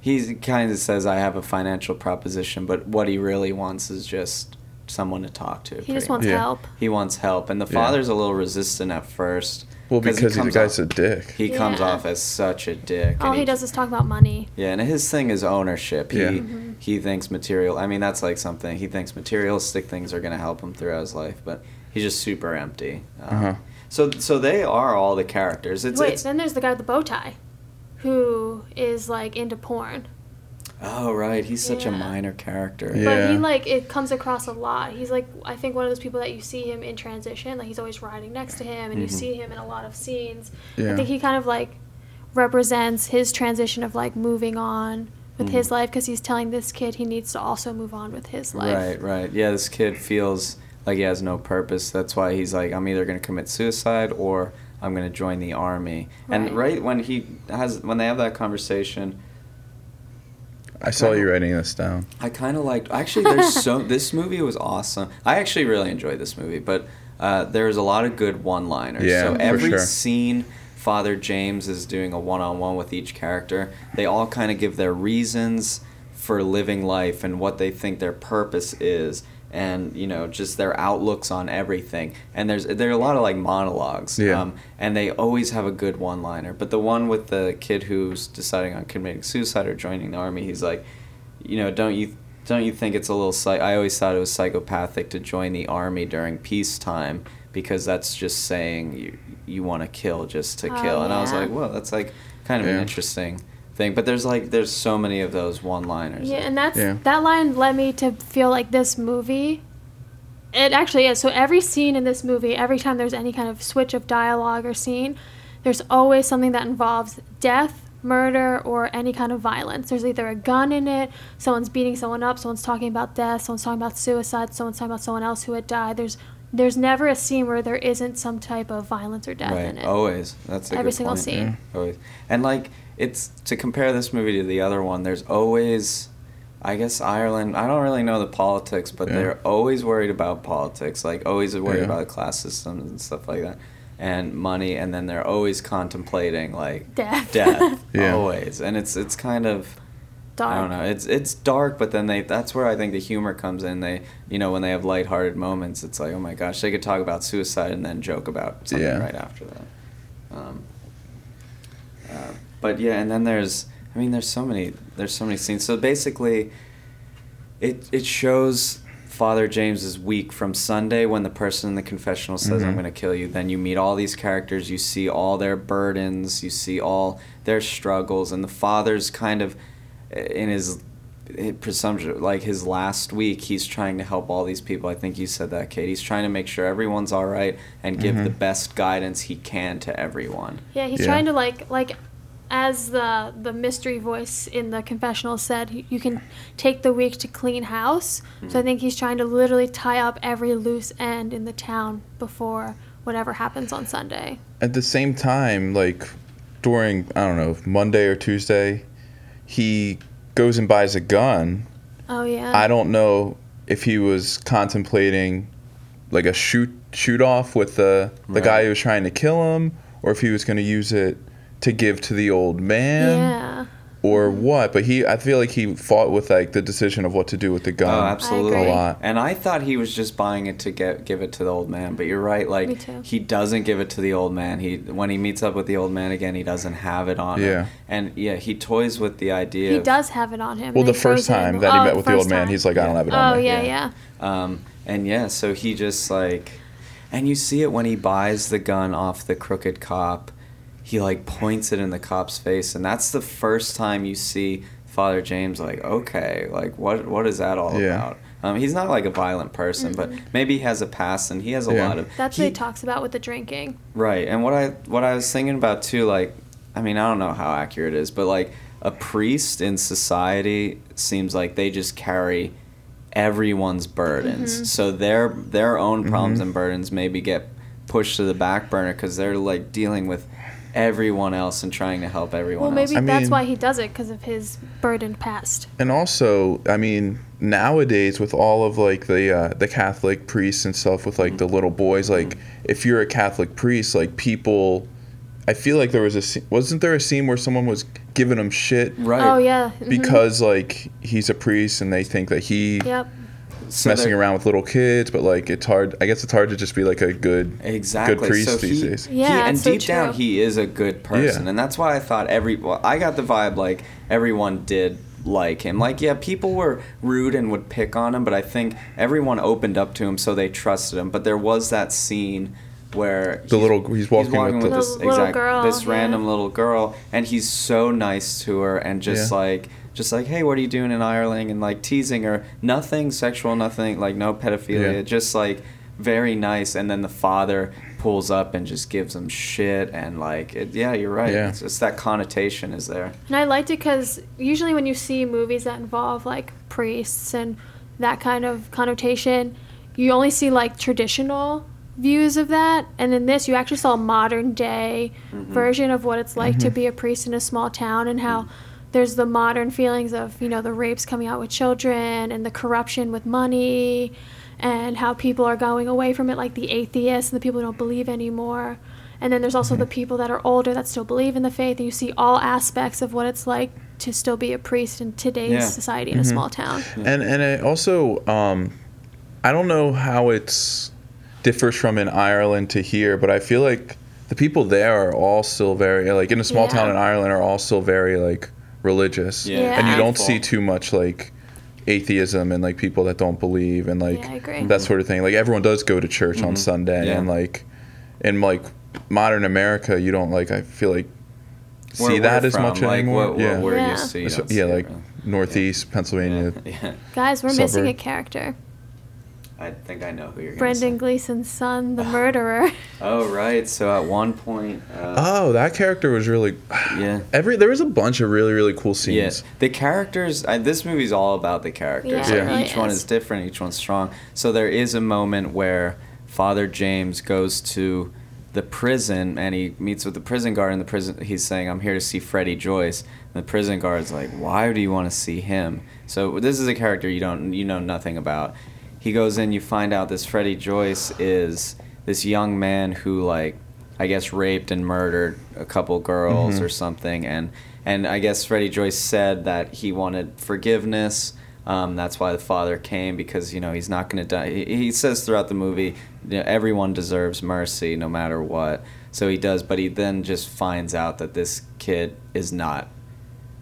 Speaker 1: He kind of says, "I have a financial proposition," but what he really wants is just someone to talk to.
Speaker 2: He just
Speaker 1: pretty much.
Speaker 2: wants
Speaker 3: Yeah.
Speaker 2: help.
Speaker 1: He wants help, and the
Speaker 3: Yeah.
Speaker 1: father's a little resistant at first.
Speaker 3: Well, because
Speaker 1: he
Speaker 3: the
Speaker 1: comes
Speaker 3: guy's
Speaker 1: off,
Speaker 3: a dick.
Speaker 1: he comes
Speaker 2: Yeah.
Speaker 1: off as such a dick.
Speaker 2: All
Speaker 1: and
Speaker 2: he does is talk about money.
Speaker 1: yeah, and his thing is ownership. He
Speaker 3: Yeah.
Speaker 2: Mm-hmm.
Speaker 1: he thinks material. I mean, that's like something he thinks materialistic things are going to help him throughout his life, but he's just super empty. Um,
Speaker 3: Uh-huh.
Speaker 1: So so they are all the characters. It's,
Speaker 2: Wait,
Speaker 1: it's
Speaker 2: then there's the guy with the bow tie, who is like into porn.
Speaker 1: Oh right, he's such a
Speaker 2: Yeah.
Speaker 1: minor character.
Speaker 3: Yeah.
Speaker 2: But he like it comes across a lot. He's like I think one of those people that you see him in transition, like he's always riding next to him and you
Speaker 1: Mhm.
Speaker 2: see him in a lot of scenes. I
Speaker 3: Yeah.
Speaker 2: think he kind of like represents his transition of like moving on with his
Speaker 1: Mhm.
Speaker 2: life because he's telling this kid he needs to also move on with his life.
Speaker 1: Right, right. Yeah, this kid feels like he has no purpose. That's why he's like, I'm either going to commit suicide or I'm going to join the army. And
Speaker 2: Right.
Speaker 1: right when he has, when they have that conversation,
Speaker 3: I saw you writing this down.
Speaker 1: I kind of liked. Actually, there's
Speaker 3: <laughs>
Speaker 1: so this movie was awesome. I actually really enjoyed this movie, but uh, there was a lot of good one-liners.
Speaker 3: Yeah,
Speaker 1: so
Speaker 3: for
Speaker 1: every
Speaker 3: sure.
Speaker 1: scene, Father James is doing a one-on-one with each character. They all kind of give their reasons for living life and what they think their purpose is, and you know, just their outlooks on everything. And there's there are a lot of like monologues. um,
Speaker 3: Yeah.
Speaker 1: and they always have a good one-liner. But the one with the kid who's deciding on committing suicide or joining the army, he's like you know, don't you don't you think it's a little psych- I always thought it was psychopathic to join the army during peacetime because that's just saying you you want to kill just to
Speaker 2: Oh,
Speaker 1: kill. And I was
Speaker 2: yeah.
Speaker 1: like, well, that's like kind of an
Speaker 3: Yeah.
Speaker 1: interesting thing. But there's like there's so many of those one-liners.
Speaker 2: Yeah, and that's
Speaker 3: Yeah.
Speaker 2: that line led me to feel like this movie. It actually is. So every scene in this movie, every time there's any kind of switch of dialogue or scene, there's always something that involves death, murder, or any kind of violence. There's either a gun in it, someone's beating someone up, someone's talking about death, someone's talking about suicide, someone's talking about someone else who had died. There's there's never a scene where there isn't some type of violence or death in
Speaker 1: Right. Oh,
Speaker 2: it.
Speaker 1: Always. That's a
Speaker 2: Every
Speaker 1: good
Speaker 2: single
Speaker 1: point.
Speaker 2: scene.
Speaker 1: Always. And like it's to compare this movie to the other one, there's always I guess Ireland I don't really know the politics, but
Speaker 3: Yeah.
Speaker 1: they're always worried about politics, like always worried
Speaker 3: Yeah.
Speaker 1: about the class systems and stuff like that. And money and then they're always contemplating like
Speaker 2: Death. <laughs>
Speaker 1: Death.
Speaker 3: Yeah.
Speaker 1: Always. And it's it's kind of
Speaker 2: Dark.
Speaker 1: I don't know. It's it's dark, but then they that's where I think the humor comes in. They you know when they have lighthearted moments, it's like oh my gosh, they could talk about suicide and then joke about something
Speaker 3: Yeah.
Speaker 1: right after that. Um, uh, but yeah, and then there's I mean there's so many there's so many scenes. So basically, it it shows Father James is weak from Sunday when the person in the confessional says, "I'm
Speaker 3: Mhm.
Speaker 1: going to kill you." Then you meet all these characters, you see all their burdens, you see all their struggles, and the father's kind of uh, in his eh, presumption, like his last week, he's trying to help all these people. I think you said that, Kate. He's trying to make sure everyone's all right and give
Speaker 3: Mhm.
Speaker 1: the best guidance he can to everyone.
Speaker 2: Yeah, he's
Speaker 3: Yeah.
Speaker 2: trying to like like as the the mystery voice in the confessional said, y- you can take the week to clean house. So I
Speaker 3: Hmm.
Speaker 2: think he's trying to literally tie up every loose end in the town before whatever happens on Sunday.
Speaker 3: At the same time, like during I don't know Monday or Tuesday, he goes and buys a gun
Speaker 2: Oh yeah.
Speaker 3: I don't know if he was contemplating like a shoot shoot off with the the
Speaker 1: Right.
Speaker 3: guy who was trying to kill him, or if he was going to use it to give to the old man,
Speaker 2: yeah.
Speaker 3: or what. But he, I feel like he fought with like the decision of what to do with the gun.
Speaker 1: Oh, absolutely.
Speaker 2: I agree.
Speaker 3: A lot.
Speaker 1: And I thought he was just buying it to get give it to the old man, but you're right. Like
Speaker 2: Me too.
Speaker 1: he doesn't give it to the old man. He when he meets up with the old man again, he doesn't have it on. him.
Speaker 3: Yeah.
Speaker 1: And yeah, he toys with the idea.
Speaker 2: He
Speaker 1: of-
Speaker 2: does have it on him.
Speaker 3: Well,
Speaker 2: and he
Speaker 3: the first
Speaker 2: throws it in
Speaker 3: time that he
Speaker 2: oh,
Speaker 3: met with the old
Speaker 2: first
Speaker 3: man,
Speaker 2: time.
Speaker 3: he's like, I don't have it on
Speaker 2: Oh
Speaker 3: me.
Speaker 2: yeah,
Speaker 1: Yeah.
Speaker 2: yeah.
Speaker 1: Um, and yeah, so he just like, and you see it when he buys the gun off the crooked cop. He like points it in the cop's face, and that's the first time you see Father James like, okay, like what what is that all
Speaker 3: Yeah.
Speaker 1: about? Um, he's not like a violent person, but maybe he has a past and he has a
Speaker 3: Yeah.
Speaker 1: lot of
Speaker 2: Mm-hmm. That's
Speaker 1: he-
Speaker 2: what he talks about with the drinking.
Speaker 1: Right, and what I what I was thinking about too, like, I mean, I don't know how accurate it is, but like a priest in society seems like they just carry everyone's burdens,
Speaker 2: Mm-hmm.
Speaker 1: so their their own problems
Speaker 3: Mhm.
Speaker 1: and burdens maybe get pushed to the back burner because they're like dealing with everyone else and trying to help everyone
Speaker 2: Well, maybe
Speaker 1: else.
Speaker 3: I
Speaker 2: that's
Speaker 3: mean-
Speaker 2: why he does it because of his burdened past.
Speaker 3: And also, I mean, nowadays with all of like the uh, the Catholic priests and stuff with like
Speaker 2: Mm-hmm.
Speaker 3: the little boys, like if you're a Catholic priest, like people, I feel like there was a sce- wasn't there a scene where someone was giving him shit
Speaker 1: Right,
Speaker 2: Oh yeah. mhm.
Speaker 3: because like he's a priest and they think that he
Speaker 2: Yep.
Speaker 1: So
Speaker 3: messing
Speaker 1: they're-
Speaker 3: around with little kids, but like it's hard. I guess it's hard to just be like a good
Speaker 1: Exactly.
Speaker 3: priest
Speaker 1: so
Speaker 3: these
Speaker 1: he,
Speaker 3: days.
Speaker 1: he-
Speaker 2: Yeah,
Speaker 1: and
Speaker 2: it's so
Speaker 1: deep down,
Speaker 2: true.
Speaker 1: he is a good person,
Speaker 3: Yeah.
Speaker 1: and that's why I thought every. Well, I got the vibe like everyone did like him. Like, yeah, people were rude and would pick on him, but I think everyone opened up to him, so they trusted him. But there was that scene where
Speaker 3: The little- he's walking with
Speaker 2: the-
Speaker 1: this
Speaker 2: The little
Speaker 1: exact-
Speaker 2: girl,
Speaker 1: this
Speaker 2: yeah.
Speaker 1: random little girl, and he's so nice to her and just
Speaker 3: Yeah.
Speaker 1: like just like hey, what are you doing in Ireland? And like teasing her, nothing sexual, nothing like no pedophilia,
Speaker 3: Yeah.
Speaker 1: just like very nice. And then the father pulls up and just gives him shit and like it, yeah, you're right.
Speaker 3: Yeah.
Speaker 1: It's, it's that connotation is there.
Speaker 2: And I liked it because usually when you see movies that involve like priests and that kind of connotation, you only see like traditional views of that. And in this, you actually saw a modern day
Speaker 3: Mm-hmm.
Speaker 2: version of what it's like to be a priest in a small town and how there's the modern feelings of, you know, the rapes coming out with children and the corruption with money and how people are going away from it, like the atheists and the people who don't believe anymore. And then there's also
Speaker 3: Mm-hmm.
Speaker 2: the people that are older that still believe in the faith, and you see all aspects of what it's like to still be a priest in today's
Speaker 1: Yeah.
Speaker 2: society in a small
Speaker 3: Mm-hmm.
Speaker 2: town.
Speaker 3: And and I also um, I don't know how it's differs from in Ireland to here, but I feel like the people there are all still very like in a small
Speaker 2: Yeah.
Speaker 3: town in Ireland are all still very like religious.
Speaker 2: Yeah.
Speaker 3: And you don't
Speaker 1: Faithful.
Speaker 3: see too much like atheism and like people that don't believe and like
Speaker 2: Yeah, I agree.
Speaker 3: that sort of thing. Like everyone does go to church on Sunday
Speaker 1: Mm-hmm. Yeah.
Speaker 3: and like in like modern America you don't like I feel like see
Speaker 1: Where
Speaker 3: that
Speaker 1: we're
Speaker 3: as
Speaker 1: from,
Speaker 3: much
Speaker 1: like,
Speaker 3: anymore.
Speaker 1: What,
Speaker 3: yeah.
Speaker 1: what, where
Speaker 2: Yeah.
Speaker 1: you see, you
Speaker 3: That's-
Speaker 1: don't see
Speaker 3: yeah,
Speaker 1: it
Speaker 3: like
Speaker 1: really.
Speaker 3: northeast Pennsylvania.
Speaker 1: <laughs> yeah. yeah.
Speaker 2: Guys, we're missing
Speaker 3: Suburb.
Speaker 2: a character
Speaker 1: I think I know who you're. gonna
Speaker 2: Brendan
Speaker 1: say.
Speaker 2: Gleason's son,
Speaker 3: <sighs>
Speaker 2: the
Speaker 3: <laughs>
Speaker 2: murderer.
Speaker 1: Oh right. So at one point. Uh,
Speaker 3: Oh, that character was really.
Speaker 1: yeah.
Speaker 3: <sighs> Every there was a bunch of really really cool scenes.
Speaker 1: Yes, the characters. I, this movie's all about the characters.
Speaker 2: Yeah,
Speaker 3: it
Speaker 1: Like,
Speaker 2: really
Speaker 1: each one
Speaker 2: is.
Speaker 1: is different. Each one's strong. So there is a moment where Father James goes to the prison and he meets with the prison guard. And the prison, he's saying, "I'm here to see Freddie Joyce." And the prison guard's like, "Why do you want to see him?" So this is a character you don't, you know nothing about. He goes in. You find out this Freddie Joyce is this young man who like I guess raped and murdered a couple girls
Speaker 3: Mm-hmm.
Speaker 1: or something, and and I guess Freddie Joyce said that he wanted forgiveness. Um, that's why the father came because you know he's not going to die. He, he says throughout the movie, you know, everyone deserves mercy no matter what. So he does, but he then just finds out that this kid is not.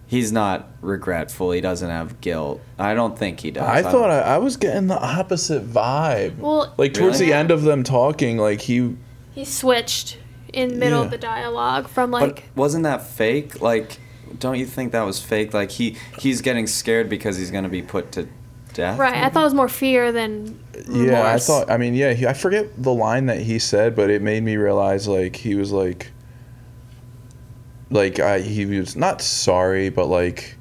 Speaker 1: He's not regretful. He doesn't have guilt. I don't think he does.
Speaker 3: I
Speaker 1: don't-
Speaker 3: thought I, I was getting the opposite vibe.
Speaker 2: Well,
Speaker 3: like towards
Speaker 1: Really?
Speaker 3: the end of them talking, like he.
Speaker 2: he switched in middle
Speaker 3: Yeah.
Speaker 2: of the dialogue from
Speaker 1: But
Speaker 2: like
Speaker 1: wasn't that fake? Like, don't you think that was fake? Like he he's getting scared because he's gonna be put to death.
Speaker 2: right. I thought it was more fear than remorse.
Speaker 3: Yeah, I thought. I mean, yeah, he, I forget the line that he said, but it made me realize like he was like. Like I, he was not sorry, but like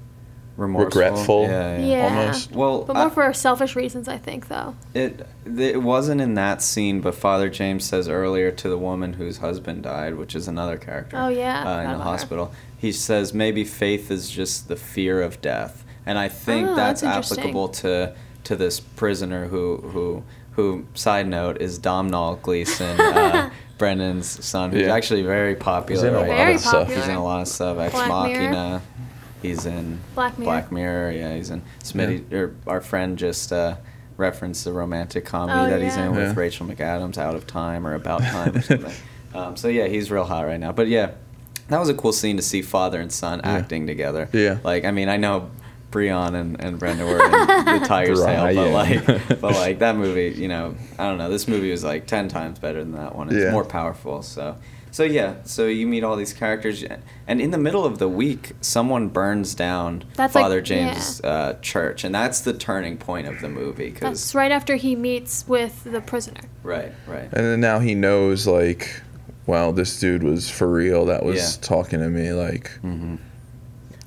Speaker 1: Remorseful.
Speaker 3: Regretful.
Speaker 1: Yeah. yeah.
Speaker 2: Yeah.
Speaker 3: almost.
Speaker 1: Well,
Speaker 2: But
Speaker 1: I-
Speaker 2: more for selfish reasons, I think, though.
Speaker 1: it it wasn't in that scene, but Father James says earlier to the woman whose husband died, which is another character.
Speaker 2: Oh,
Speaker 1: uh,
Speaker 2: yeah, I
Speaker 1: in
Speaker 2: forgot about
Speaker 1: the
Speaker 2: her.
Speaker 1: hospital, he says maybe faith is just the fear of death, and I think
Speaker 2: Oh,
Speaker 1: that's,
Speaker 2: that's interesting.
Speaker 1: applicable to to this prisoner who who who. Side note is Domhnall Gleeson,
Speaker 2: <laughs>
Speaker 1: uh, Brendan's son, who's
Speaker 3: Yeah.
Speaker 1: actually very popular.
Speaker 3: in a
Speaker 1: right
Speaker 3: lot
Speaker 1: now.
Speaker 2: Very
Speaker 3: of stuff.
Speaker 2: popular.
Speaker 1: He's in a lot of stuff. Ex
Speaker 2: Black
Speaker 1: Machina.
Speaker 2: Mirror.
Speaker 1: He's in
Speaker 2: Black Mirror.
Speaker 1: Mirror, Yeah, he's in Smitty. Or our friend just uh, referenced the romantic comedy
Speaker 2: Oh,
Speaker 1: that he's
Speaker 2: yeah.
Speaker 1: in with
Speaker 3: Yeah.
Speaker 1: Rachel McAdams, Out of Time or About Time or
Speaker 3: <laughs>
Speaker 1: something. um, so yeah, he's real hot right now. But yeah, that was a cool scene to see father and son acting together.
Speaker 3: Yeah.
Speaker 1: Like I mean, I know. Breon and, and Brenda were in
Speaker 3: <laughs>
Speaker 1: the Tiger's Tale, but
Speaker 3: Brian. <laughs>
Speaker 1: like, but like that movie, you know, I don't know. This movie was like ten times better than that one. It's
Speaker 3: Yeah.
Speaker 1: more powerful. So, so yeah. So you meet all these characters, and in the middle of the week, someone burns down
Speaker 2: That's like-
Speaker 1: Father James' uh, church, and that's the turning point of the movie.
Speaker 2: That's
Speaker 1: Because
Speaker 2: right after he meets with the prisoner.
Speaker 1: right, right,
Speaker 3: And then now he knows like, wow, this dude was for real. That was
Speaker 1: Yeah.
Speaker 3: talking to me. Like,
Speaker 1: Mhm.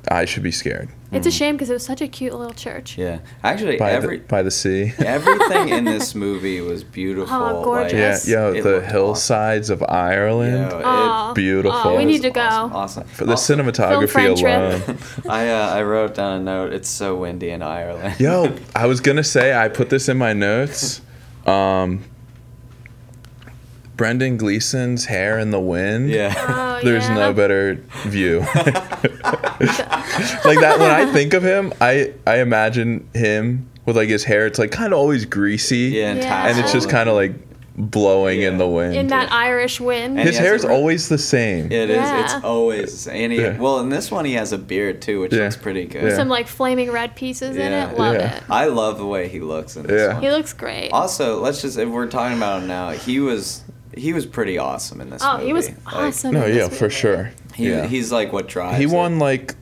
Speaker 3: I should be scared
Speaker 2: It's a shame because it was such a cute little church.
Speaker 1: yeah. Actually,
Speaker 3: by
Speaker 1: every
Speaker 3: the by the sea. <laughs>
Speaker 1: everything in this movie was beautiful.
Speaker 2: Oh,
Speaker 1: like-
Speaker 3: yeah,
Speaker 2: gorgeous. Yes.
Speaker 3: yo,
Speaker 1: It
Speaker 3: the
Speaker 1: looked awesome.
Speaker 3: hillsides of Ireland.
Speaker 1: Yo, it-
Speaker 2: Aw.
Speaker 3: beautiful.
Speaker 2: Aw, Oh, we
Speaker 1: it
Speaker 2: need
Speaker 1: was
Speaker 2: to go.
Speaker 1: Awesome. awesome.
Speaker 3: For the
Speaker 1: Also- <laughs>
Speaker 3: cinematography
Speaker 2: Film friend
Speaker 3: alone.
Speaker 2: trip.
Speaker 1: I uh, I wrote down a note. It's so windy in Ireland. <laughs>
Speaker 3: Yo, I was gonna say I put this in my notes. Um, Brendan Gleason's hair in the wind.
Speaker 1: yeah. <laughs>
Speaker 2: Oh,
Speaker 3: There's
Speaker 2: yeah.
Speaker 3: no better view. like that when I think of him, I I imagine him with like his hair. It's like kind of always greasy.
Speaker 1: Yeah, and,
Speaker 2: Yeah.
Speaker 3: And it's
Speaker 1: tassel.
Speaker 3: just kind of like blowing in
Speaker 1: Yeah.
Speaker 3: the wind.
Speaker 2: In that Irish wind.
Speaker 1: And
Speaker 3: his
Speaker 1: he has
Speaker 3: hair's
Speaker 1: a-
Speaker 3: always the same.
Speaker 1: It is.
Speaker 2: Yeah.
Speaker 1: It's always and he,
Speaker 3: Yeah.
Speaker 1: well in this one he has a beard too, which
Speaker 3: Yeah.
Speaker 1: looks pretty good.
Speaker 3: Yeah.
Speaker 2: Some like flaming red pieces
Speaker 1: Yeah.
Speaker 2: in it. Love
Speaker 3: Yeah.
Speaker 2: it.
Speaker 1: I love the way he looks in this
Speaker 3: Yeah.
Speaker 1: one.
Speaker 2: He looks great.
Speaker 1: Also, let's just if we're talking about him now, he was he was pretty awesome in this
Speaker 2: Oh,
Speaker 1: movie.
Speaker 2: he was
Speaker 1: Like,
Speaker 2: awesome.
Speaker 3: no,
Speaker 2: in
Speaker 3: yeah,
Speaker 2: this
Speaker 3: for
Speaker 2: movie.
Speaker 3: sure.
Speaker 1: he,
Speaker 3: yeah.
Speaker 1: He's like what drives.
Speaker 3: he
Speaker 1: it.
Speaker 3: won like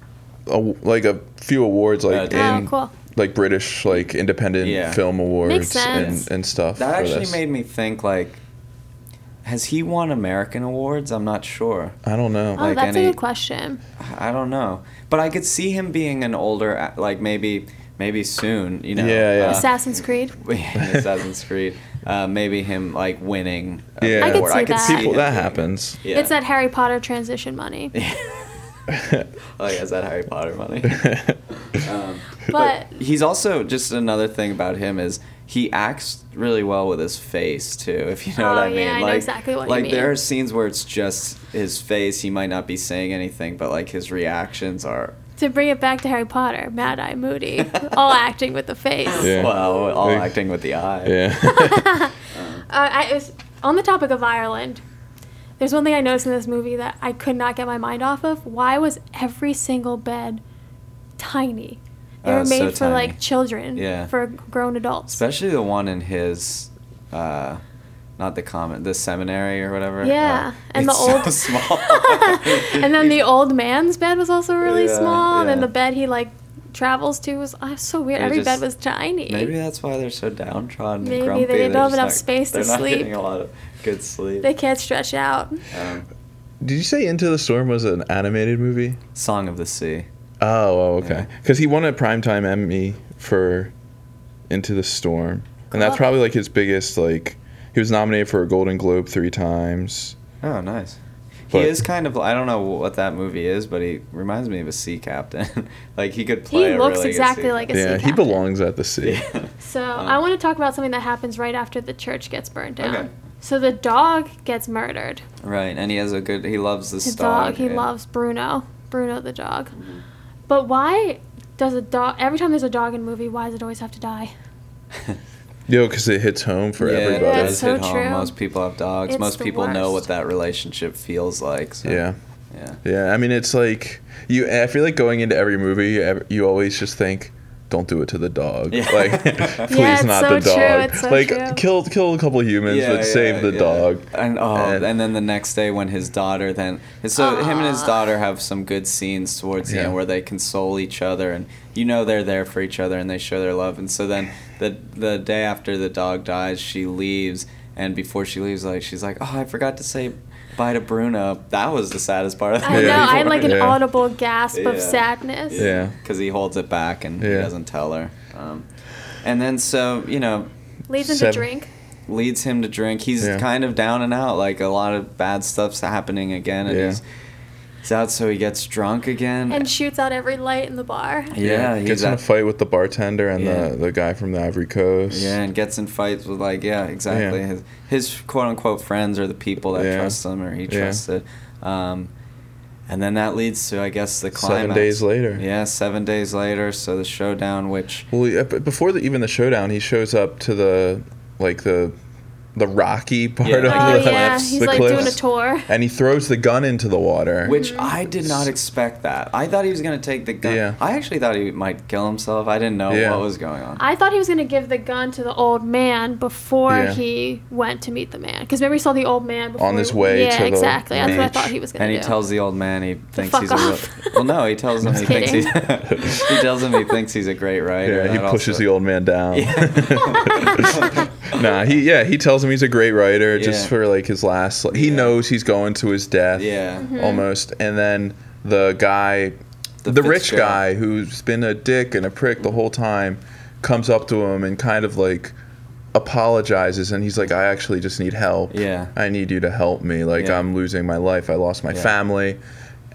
Speaker 3: a, like a few awards like
Speaker 1: Uh,
Speaker 2: Oh,
Speaker 3: in
Speaker 2: cool.
Speaker 3: like British like independent
Speaker 1: Yeah.
Speaker 3: film awards
Speaker 2: sense.
Speaker 3: and and stuff.
Speaker 1: That
Speaker 3: for
Speaker 1: actually
Speaker 3: this.
Speaker 1: made me think like, has he won American awards? I'm not sure.
Speaker 3: I don't know.
Speaker 2: Oh,
Speaker 1: like
Speaker 2: that's
Speaker 1: any-
Speaker 2: a good question.
Speaker 1: I don't know, but I could see him being an older, a- like maybe, maybe soon. You know, uh,
Speaker 3: Yeah, yeah.
Speaker 1: <laughs>
Speaker 2: Assassin's Creed.
Speaker 1: Assassin's Creed. Uh, maybe him like winning. a
Speaker 3: Yeah. I could
Speaker 1: award.
Speaker 2: see that.
Speaker 1: him
Speaker 3: People, that
Speaker 1: doing it.
Speaker 3: happens.
Speaker 1: Yeah.
Speaker 2: It's
Speaker 1: <laughs>
Speaker 2: that Harry Potter transition money.
Speaker 3: <laughs>
Speaker 1: oh yeah, is that Harry Potter money? Um,
Speaker 2: But
Speaker 1: He's also just another thing about him is he acts really well with his face too, if you know what
Speaker 2: Oh,
Speaker 1: I mean.
Speaker 2: yeah, I know
Speaker 1: like,
Speaker 2: exactly what you
Speaker 1: like there
Speaker 2: mean.
Speaker 1: are scenes where it's just his face. He might not be saying anything, but like his reactions are
Speaker 2: <laughs> to bring it back to Harry Potter, Mad Eye Moody,
Speaker 1: <laughs>
Speaker 2: all acting with the face.
Speaker 3: Yeah.
Speaker 1: well, all
Speaker 3: Like-
Speaker 1: acting with the eye. <laughs>
Speaker 3: <laughs> yeah. <laughs>
Speaker 2: <laughs> Uh, I, it was, on the topic of Ireland, there's one thing I noticed in this movie that I could not get my mind off of. Why was every single bed tiny? They
Speaker 1: Oh,
Speaker 2: were
Speaker 1: so
Speaker 2: made for
Speaker 1: tiny.
Speaker 2: like children,
Speaker 1: Yeah.
Speaker 2: for grown adults.
Speaker 1: Especially the one in his, uh, not the comment, the seminary or whatever.
Speaker 2: Yeah,
Speaker 1: Oh,
Speaker 2: and the
Speaker 1: it's
Speaker 2: old <laughs>
Speaker 1: so <laughs> small.
Speaker 2: and
Speaker 1: <laughs>
Speaker 2: then the old man's bed was also really
Speaker 1: Yeah,
Speaker 2: small, and then
Speaker 1: yeah.
Speaker 2: the bed he like travels to was oh, so weird.
Speaker 1: They
Speaker 2: Every
Speaker 1: just-
Speaker 2: bed was tiny.
Speaker 1: Maybe that's why they're so downtrodden.
Speaker 2: Maybe
Speaker 1: and grumpy.
Speaker 2: they don't
Speaker 1: They're
Speaker 2: have
Speaker 1: just
Speaker 2: enough
Speaker 1: not-
Speaker 2: space to
Speaker 1: they're not
Speaker 2: sleep.
Speaker 1: Getting a lot of good sleep.
Speaker 2: They can't stretch out.
Speaker 1: um,
Speaker 3: Did you say Into the Storm was an animated movie?
Speaker 1: Song of the Sea.
Speaker 3: Oh, oh okay.
Speaker 1: Yeah.
Speaker 3: Because he won a primetime Emmy for Into the Storm, and that's
Speaker 2: Cool.
Speaker 3: probably like his biggest like. He was nominated for a Golden Globe three times.
Speaker 1: Oh, nice.
Speaker 3: But-
Speaker 1: he is kind of. I don't know what that movie is, but he reminds me of a sea captain. <laughs> like he could play.
Speaker 2: he
Speaker 1: a
Speaker 2: looks
Speaker 1: really
Speaker 2: exactly
Speaker 1: good sea
Speaker 2: like a sea
Speaker 3: yeah, he
Speaker 2: captain.
Speaker 3: belongs at the <laughs> sea.
Speaker 1: captain. Um,
Speaker 2: So
Speaker 1: Uh.
Speaker 2: I want to talk about something that happens right after the church gets burned down.
Speaker 1: Okay.
Speaker 2: So the dog gets murdered.
Speaker 1: right, and he has a good. He loves the
Speaker 2: His
Speaker 1: dog.
Speaker 2: dog, he
Speaker 1: yeah. <laughs> Mm-hmm.
Speaker 2: loves Bruno. Bruno the dog. But why does a dog? Every time there's a dog in a movie, why does it always have
Speaker 1: <laughs>
Speaker 2: to die?
Speaker 3: Yo, because it hits home for
Speaker 1: yeah,
Speaker 3: everybody.
Speaker 1: it
Speaker 2: Yeah,
Speaker 1: does
Speaker 2: it's so
Speaker 1: hit home.
Speaker 2: true.
Speaker 1: Most people have dogs.
Speaker 2: It's
Speaker 1: Most
Speaker 2: the
Speaker 1: people know what
Speaker 2: worst.
Speaker 1: that relationship feels like. So,
Speaker 3: Yeah.
Speaker 1: yeah.
Speaker 3: Yeah, I mean it's like you. I feel like going into every movie, ev- you always just think, "Don't do it to the dog."
Speaker 1: Yeah.
Speaker 3: Like,
Speaker 1: <laughs> Yeah,
Speaker 3: <laughs> please
Speaker 2: it's
Speaker 3: not
Speaker 2: so
Speaker 3: the
Speaker 2: true,
Speaker 3: dog.
Speaker 2: it's so
Speaker 3: like,
Speaker 2: true.
Speaker 3: kill kill a couple humans,
Speaker 1: Yeah,
Speaker 3: but save
Speaker 1: yeah,
Speaker 3: the
Speaker 1: yeah.
Speaker 3: dog.
Speaker 1: And oh,
Speaker 3: And-
Speaker 1: and, then the next day when his daughter then and so him and his daughter have some good scenes towards the
Speaker 3: Yeah.
Speaker 1: end where they console each other and you know they're there for each other and they show their love and so then the the day after the dog dies she leaves and before she leaves like she's like oh I forgot to say bye to Bruno that was the saddest part of the
Speaker 2: I
Speaker 1: movie
Speaker 2: know. I had
Speaker 1: for
Speaker 2: like an
Speaker 1: me.
Speaker 3: Yeah.
Speaker 2: audible gasp
Speaker 1: Yeah.
Speaker 2: of sadness.
Speaker 3: Yeah.
Speaker 1: because he holds it back and he
Speaker 3: Yeah.
Speaker 1: doesn't tell her um, and then so you know
Speaker 2: Leads him to
Speaker 3: Seven-
Speaker 2: drink.
Speaker 1: leads him to drink. He's
Speaker 3: Yeah.
Speaker 1: kind of down and out. Like a lot of bad stuff's happening again, and
Speaker 3: Yeah.
Speaker 1: he's, he's out, so he gets drunk again.
Speaker 2: and shoots out every light in the bar.
Speaker 1: yeah,
Speaker 3: gets
Speaker 1: he's
Speaker 3: in a
Speaker 1: out,
Speaker 3: fight with the bartender and
Speaker 1: Yeah.
Speaker 3: the, the guy from the Ivory Coast.
Speaker 1: yeah, and gets in fights with like yeah, exactly.
Speaker 3: Yeah.
Speaker 1: His his quote unquote friends are the people that
Speaker 3: Yeah.
Speaker 1: trust him or he
Speaker 3: Yeah.
Speaker 1: trusted. Um, and then that leads to I guess the climax.
Speaker 3: Seven days later.
Speaker 1: Yeah, seven days later. So the showdown, which
Speaker 3: Well, yeah, but before the, even the showdown, he shows up to the like the the rocky part
Speaker 1: Yeah.
Speaker 3: of
Speaker 2: Oh
Speaker 1: Like
Speaker 3: the,
Speaker 2: yeah,
Speaker 1: cliffs,
Speaker 2: he's
Speaker 3: the
Speaker 2: like
Speaker 3: cliffs,
Speaker 2: doing a tour.
Speaker 3: <laughs> and he throws the gun into the water.
Speaker 1: Which I did not expect that. I thought he was going to take the gun.
Speaker 3: Yeah.
Speaker 1: I actually thought he might kill himself. I didn't know
Speaker 3: Yeah.
Speaker 1: what was going on.
Speaker 2: I thought he was gonna give the gun to the old man before
Speaker 3: Yeah.
Speaker 2: he went to meet the man. Because remember he saw the old man before
Speaker 3: On his
Speaker 2: he-
Speaker 3: way
Speaker 2: Yeah,
Speaker 3: to the
Speaker 2: exactly. That's what I
Speaker 3: beach.
Speaker 2: thought he was gonna
Speaker 1: and
Speaker 2: do.
Speaker 1: he tells the old man he thinks
Speaker 2: fuck
Speaker 1: he's a real,
Speaker 2: off.
Speaker 1: <laughs> well no he tells him he
Speaker 2: Just
Speaker 1: thinks he's,
Speaker 3: kidding.
Speaker 1: <laughs> he tells him he thinks he's a great writer
Speaker 3: yeah, he
Speaker 1: That
Speaker 3: pushes
Speaker 1: also-
Speaker 3: the old man down.
Speaker 1: <laughs> Yeah.
Speaker 3: <laughs> nah, he yeah, he tells him he's a great writer just
Speaker 1: Yeah.
Speaker 3: for like his last. He
Speaker 1: Yeah.
Speaker 3: knows he's going to his death.
Speaker 1: yeah
Speaker 2: Mm-hmm.
Speaker 3: almost. And then the guy, the,
Speaker 1: The
Speaker 3: rich
Speaker 1: Fitzgerald.
Speaker 3: guy who's been a dick and a prick the whole time, comes up to him and kind of like apologizes. And he's like, I actually just need help.
Speaker 1: Yeah.
Speaker 3: I need you to help me. Like,
Speaker 1: Yeah.
Speaker 3: I'm losing my life. I lost my
Speaker 1: Yeah.
Speaker 3: family.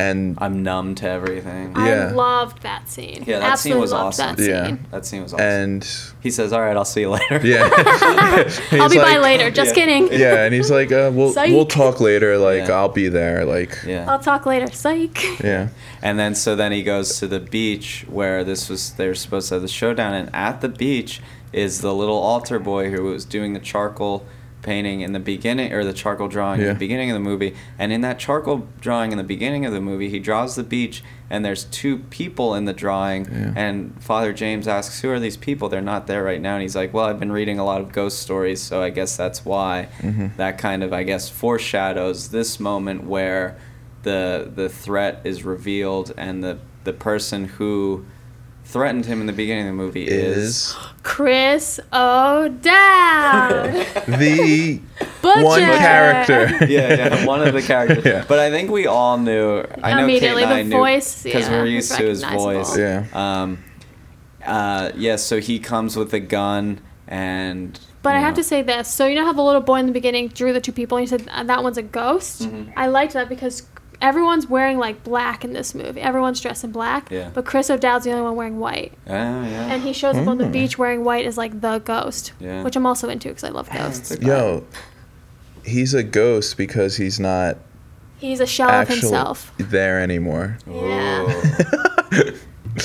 Speaker 3: And
Speaker 1: I'm numb to everything
Speaker 3: Yeah.
Speaker 2: I loved that scene.
Speaker 1: Yeah, that scene
Speaker 2: Absolutely
Speaker 1: was
Speaker 2: loved
Speaker 1: awesome.
Speaker 2: That
Speaker 3: Yeah.
Speaker 2: scene.
Speaker 1: that scene was awesome
Speaker 3: and
Speaker 1: he says all right I'll see you later
Speaker 3: yeah,
Speaker 2: <laughs> I'll
Speaker 3: He's
Speaker 2: be by
Speaker 3: like-
Speaker 2: later. Just
Speaker 1: Yeah.
Speaker 2: kidding.
Speaker 3: <laughs> Yeah, and he's like, uh, we'll
Speaker 2: Psych.
Speaker 3: we'll talk later. Like,
Speaker 1: Yeah.
Speaker 3: I'll be there. Like,
Speaker 1: <laughs> yeah
Speaker 2: I'll talk later. Psych.
Speaker 3: yeah,
Speaker 1: and then so then he goes to the beach where this was they were supposed to have the showdown and at the beach is the little altar boy who was doing the charcoal painting in the beginning or the charcoal drawing
Speaker 3: Yeah.
Speaker 1: in the beginning of the movie and in that charcoal drawing in the beginning of the movie he draws the beach and there's two people in the drawing
Speaker 3: Yeah.
Speaker 1: and father james asks who are these people they're not there right now and he's like well i've been reading a lot of ghost stories so i guess that's why
Speaker 3: Mhm.
Speaker 1: that kind of i guess foreshadows this moment where the the threat is revealed and the the person who threatened him in the beginning of the movie is
Speaker 3: is
Speaker 2: Chris O'Dowd.
Speaker 3: <laughs>
Speaker 1: <laughs>
Speaker 3: the
Speaker 2: Butcher.
Speaker 3: one character.
Speaker 1: yeah, yeah, one of the characters.
Speaker 3: <laughs> Yeah.
Speaker 1: But I think we all knew. I know
Speaker 2: Immediately,
Speaker 1: Kate and I
Speaker 2: the
Speaker 1: knew,
Speaker 2: voice, yeah,
Speaker 1: we're
Speaker 2: was
Speaker 1: used to his
Speaker 2: recognizable.
Speaker 1: voice.
Speaker 3: Yeah.
Speaker 1: Um. Uh. Yes. so he comes with a gun, and.
Speaker 2: But
Speaker 1: you
Speaker 2: I have
Speaker 1: know,
Speaker 2: to say this. So you know how the little boy in the beginning drew the two people and he said "Uh, that one's a ghost?
Speaker 1: Mhm.
Speaker 2: I liked that because everyone's wearing like black in this movie. Everyone's dressed in black.
Speaker 1: Yeah.
Speaker 2: But Chris O'Dowd's the only one wearing white.
Speaker 1: Oh yeah.
Speaker 2: And he shows up on the
Speaker 3: Mm.
Speaker 2: beach wearing white as like the ghost,
Speaker 1: Hmm. Yeah.
Speaker 2: which I'm also into because I love
Speaker 1: <laughs> That's
Speaker 2: ghosts.
Speaker 1: a-
Speaker 3: Yo, he's a ghost because he's not
Speaker 2: He's a shell of
Speaker 3: actually
Speaker 2: himself.
Speaker 1: <laughs>
Speaker 3: there anymore.
Speaker 2: Yeah. <laughs>
Speaker 1: Ooh.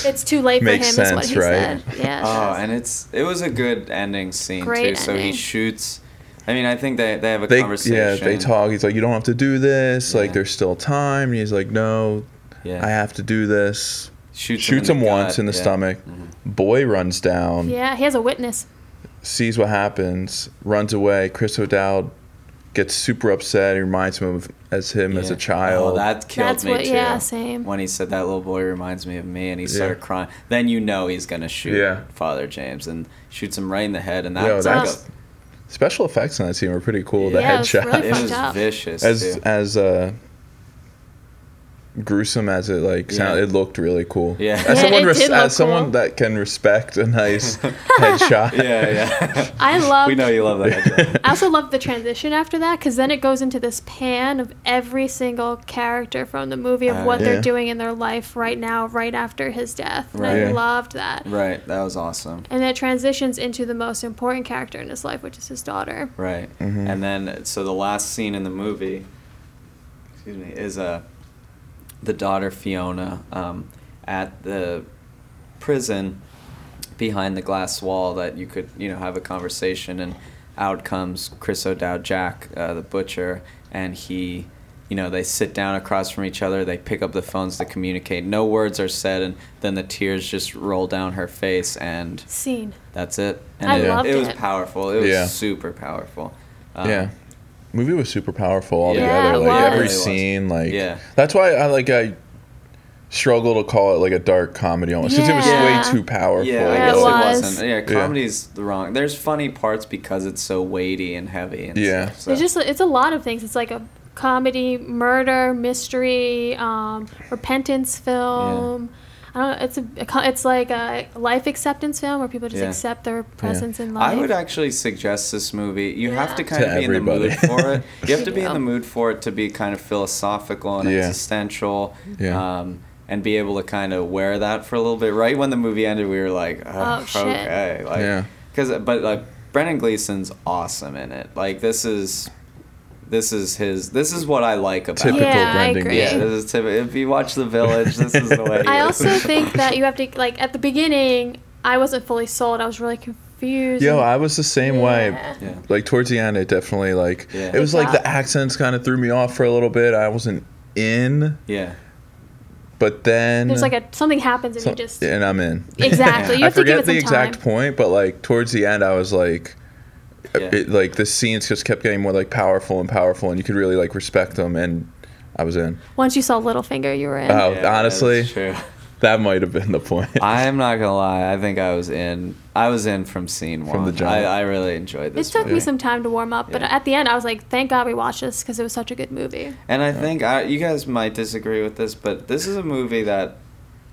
Speaker 2: It's too late for him,
Speaker 3: Makes
Speaker 2: is what
Speaker 3: sense,
Speaker 2: he
Speaker 3: right?
Speaker 2: said. Yeah. it
Speaker 1: Oh,
Speaker 2: does.
Speaker 1: and it's it was a good ending scene
Speaker 2: Great
Speaker 1: too. So he
Speaker 2: ending.
Speaker 1: shoots. I mean, I think they they have a
Speaker 3: they
Speaker 1: conversation.
Speaker 3: yeah they talk. He's like, you don't have to do this. Like
Speaker 1: Yeah.
Speaker 3: there's still time. And he's like, no,
Speaker 1: Yeah.
Speaker 3: I have to do this.
Speaker 1: shoots
Speaker 3: Shoots him,
Speaker 1: the
Speaker 3: once
Speaker 1: gut,
Speaker 3: in the
Speaker 1: yeah.
Speaker 3: stomach.
Speaker 1: Mhm.
Speaker 3: Boy runs down,
Speaker 2: yeah, he has a witness.
Speaker 3: sees what happens, runs away. Chris O'Dowd gets super upset. He reminds him of as him as
Speaker 1: Yeah.
Speaker 3: a child.
Speaker 1: Oh, that killed
Speaker 2: That's
Speaker 1: me
Speaker 2: what-
Speaker 1: too.
Speaker 2: yeah, same.
Speaker 1: When he said that little boy reminds me of me, and he
Speaker 3: Yeah.
Speaker 1: started crying. Then you know he's gonna shoot
Speaker 3: Yeah.
Speaker 1: Father James and shoots him right in the head, and
Speaker 3: Yo,
Speaker 1: that's,
Speaker 3: that's-
Speaker 1: like
Speaker 3: Special effects on that scene were pretty cool. The
Speaker 2: Yeah, it was
Speaker 3: headshot.
Speaker 2: really
Speaker 1: a, <laughs> it was
Speaker 2: fucked up.
Speaker 1: vicious.
Speaker 3: as <laughs>
Speaker 1: too.
Speaker 3: as uh gruesome as it like
Speaker 1: Yeah.
Speaker 3: sound it looked really cool
Speaker 1: Yeah.
Speaker 3: as
Speaker 1: Yeah,
Speaker 3: someone
Speaker 2: it
Speaker 3: res-
Speaker 2: did look
Speaker 3: as someone
Speaker 2: cool.
Speaker 3: that can respect
Speaker 1: <laughs>
Speaker 3: a nice headshot
Speaker 1: yeah, yeah.
Speaker 2: I
Speaker 1: <laughs>
Speaker 2: love.
Speaker 1: we know you love that.
Speaker 2: I also love the transition after that because then it goes into this pan of every single character from the movie of
Speaker 1: Uh,
Speaker 2: what
Speaker 3: Yeah.
Speaker 2: they're doing in their life right now, right after his death. And
Speaker 1: Right.
Speaker 2: I
Speaker 1: Yeah.
Speaker 2: loved that.
Speaker 1: right, that was awesome.
Speaker 2: And it transitions into the most important character in his life, which is his daughter.
Speaker 1: Right.
Speaker 3: Mhm.
Speaker 1: And then so the last scene in the movie, excuse me, is uh, the daughter Fiona um, at the prison behind the glass wall that you could you know have a conversation and out comes Chris O'Dowd Jack uh, the butcher and he you know they sit down across from each other they pick up the phones to communicate no words are said and then the tears just roll down her face and
Speaker 2: Scene.
Speaker 1: that's it.
Speaker 2: I
Speaker 1: it,
Speaker 2: loved
Speaker 1: it was
Speaker 2: it.
Speaker 1: powerful. It was
Speaker 3: Yeah.
Speaker 1: super powerful. Um,
Speaker 3: yeah <laughs> movie was super powerful altogether
Speaker 2: Yeah, it
Speaker 3: like
Speaker 2: was.
Speaker 3: every
Speaker 1: It really was.
Speaker 3: scene like
Speaker 1: Yeah.
Speaker 3: that's why i like i struggle to call it like a dark comedy almost because it
Speaker 2: Yeah.
Speaker 3: was way too powerful
Speaker 1: Yeah, I
Speaker 2: Yeah, it
Speaker 1: guess it,
Speaker 2: was.
Speaker 1: was. not Yeah, comedy's the wrong. There's funny parts because it's so weighty and heavy. And
Speaker 3: Yeah.
Speaker 1: stuff, so.
Speaker 2: It's just it's a lot of things. It's like a comedy, murder, mystery, um, repentance film. I don't. It's a. a co- It's like a life acceptance film where people just
Speaker 1: Yeah.
Speaker 2: accept their presence in life.
Speaker 1: I would actually suggest this movie. You have
Speaker 2: Yeah.
Speaker 1: to kind
Speaker 3: To
Speaker 1: of be
Speaker 3: everybody.
Speaker 1: in the mood for
Speaker 3: <laughs>
Speaker 1: it. You have to be
Speaker 2: Yeah.
Speaker 1: in the mood for it to be kind of philosophical and
Speaker 3: Yeah.
Speaker 1: existential.
Speaker 3: Yeah.
Speaker 1: Um, and be able to kind of wear that for a little bit. Right when the movie ended, we were like, oh,
Speaker 2: Oh, shit.
Speaker 1: okay. Like,
Speaker 3: Yeah.
Speaker 1: Cause, but like Brennan Gleason's awesome in it. Like this is, this is his. This is what I like about.
Speaker 3: typical
Speaker 1: It.
Speaker 2: Yeah, I
Speaker 3: Brendan
Speaker 2: agree.
Speaker 1: Yeah,
Speaker 3: Gleeson.
Speaker 1: this is typical. If you watch The Village, this is the way.
Speaker 2: <laughs> I
Speaker 1: it
Speaker 3: <laughs>
Speaker 2: also
Speaker 1: is. <laughs>
Speaker 2: think that you have to like at the beginning. I wasn't fully sold. I was really confused.
Speaker 3: Yo,
Speaker 2: and-
Speaker 3: I was the same way.
Speaker 2: Yeah.
Speaker 1: Yeah.
Speaker 3: Like towards the end, it definitely like
Speaker 1: Yeah.
Speaker 3: it was like the
Speaker 2: Wow.
Speaker 3: accents kind of threw me off for a little bit. I wasn't in,
Speaker 1: Yeah.
Speaker 3: but then
Speaker 2: there's like a something happens and
Speaker 3: some-
Speaker 2: you just
Speaker 3: and I'm in. <laughs>
Speaker 2: exactly. You
Speaker 3: I
Speaker 2: have to give
Speaker 3: forget
Speaker 2: it some
Speaker 3: the exact
Speaker 2: time.
Speaker 3: point, but like towards the end, I was like,
Speaker 1: Yeah.
Speaker 3: it, like the scenes just kept getting more like powerful and powerful, and you could really like respect them, and I was in.
Speaker 2: Once you saw Littlefinger, you were in.
Speaker 3: Oh.
Speaker 1: Yeah, that's
Speaker 3: honestly,
Speaker 1: true.
Speaker 3: That might have been the point.
Speaker 1: <laughs> I'm not gonna lie. I think I was in. I was in from scene
Speaker 3: From the
Speaker 1: one.
Speaker 3: jump.
Speaker 1: I, I really enjoyed
Speaker 2: It
Speaker 1: this.
Speaker 2: took
Speaker 1: movie.
Speaker 2: me some time to warm up, but
Speaker 1: Yeah.
Speaker 2: at the end, I was like, "Thank God we watched this because it was such a good movie."
Speaker 1: And I think I, you guys might disagree with this, but this is a movie that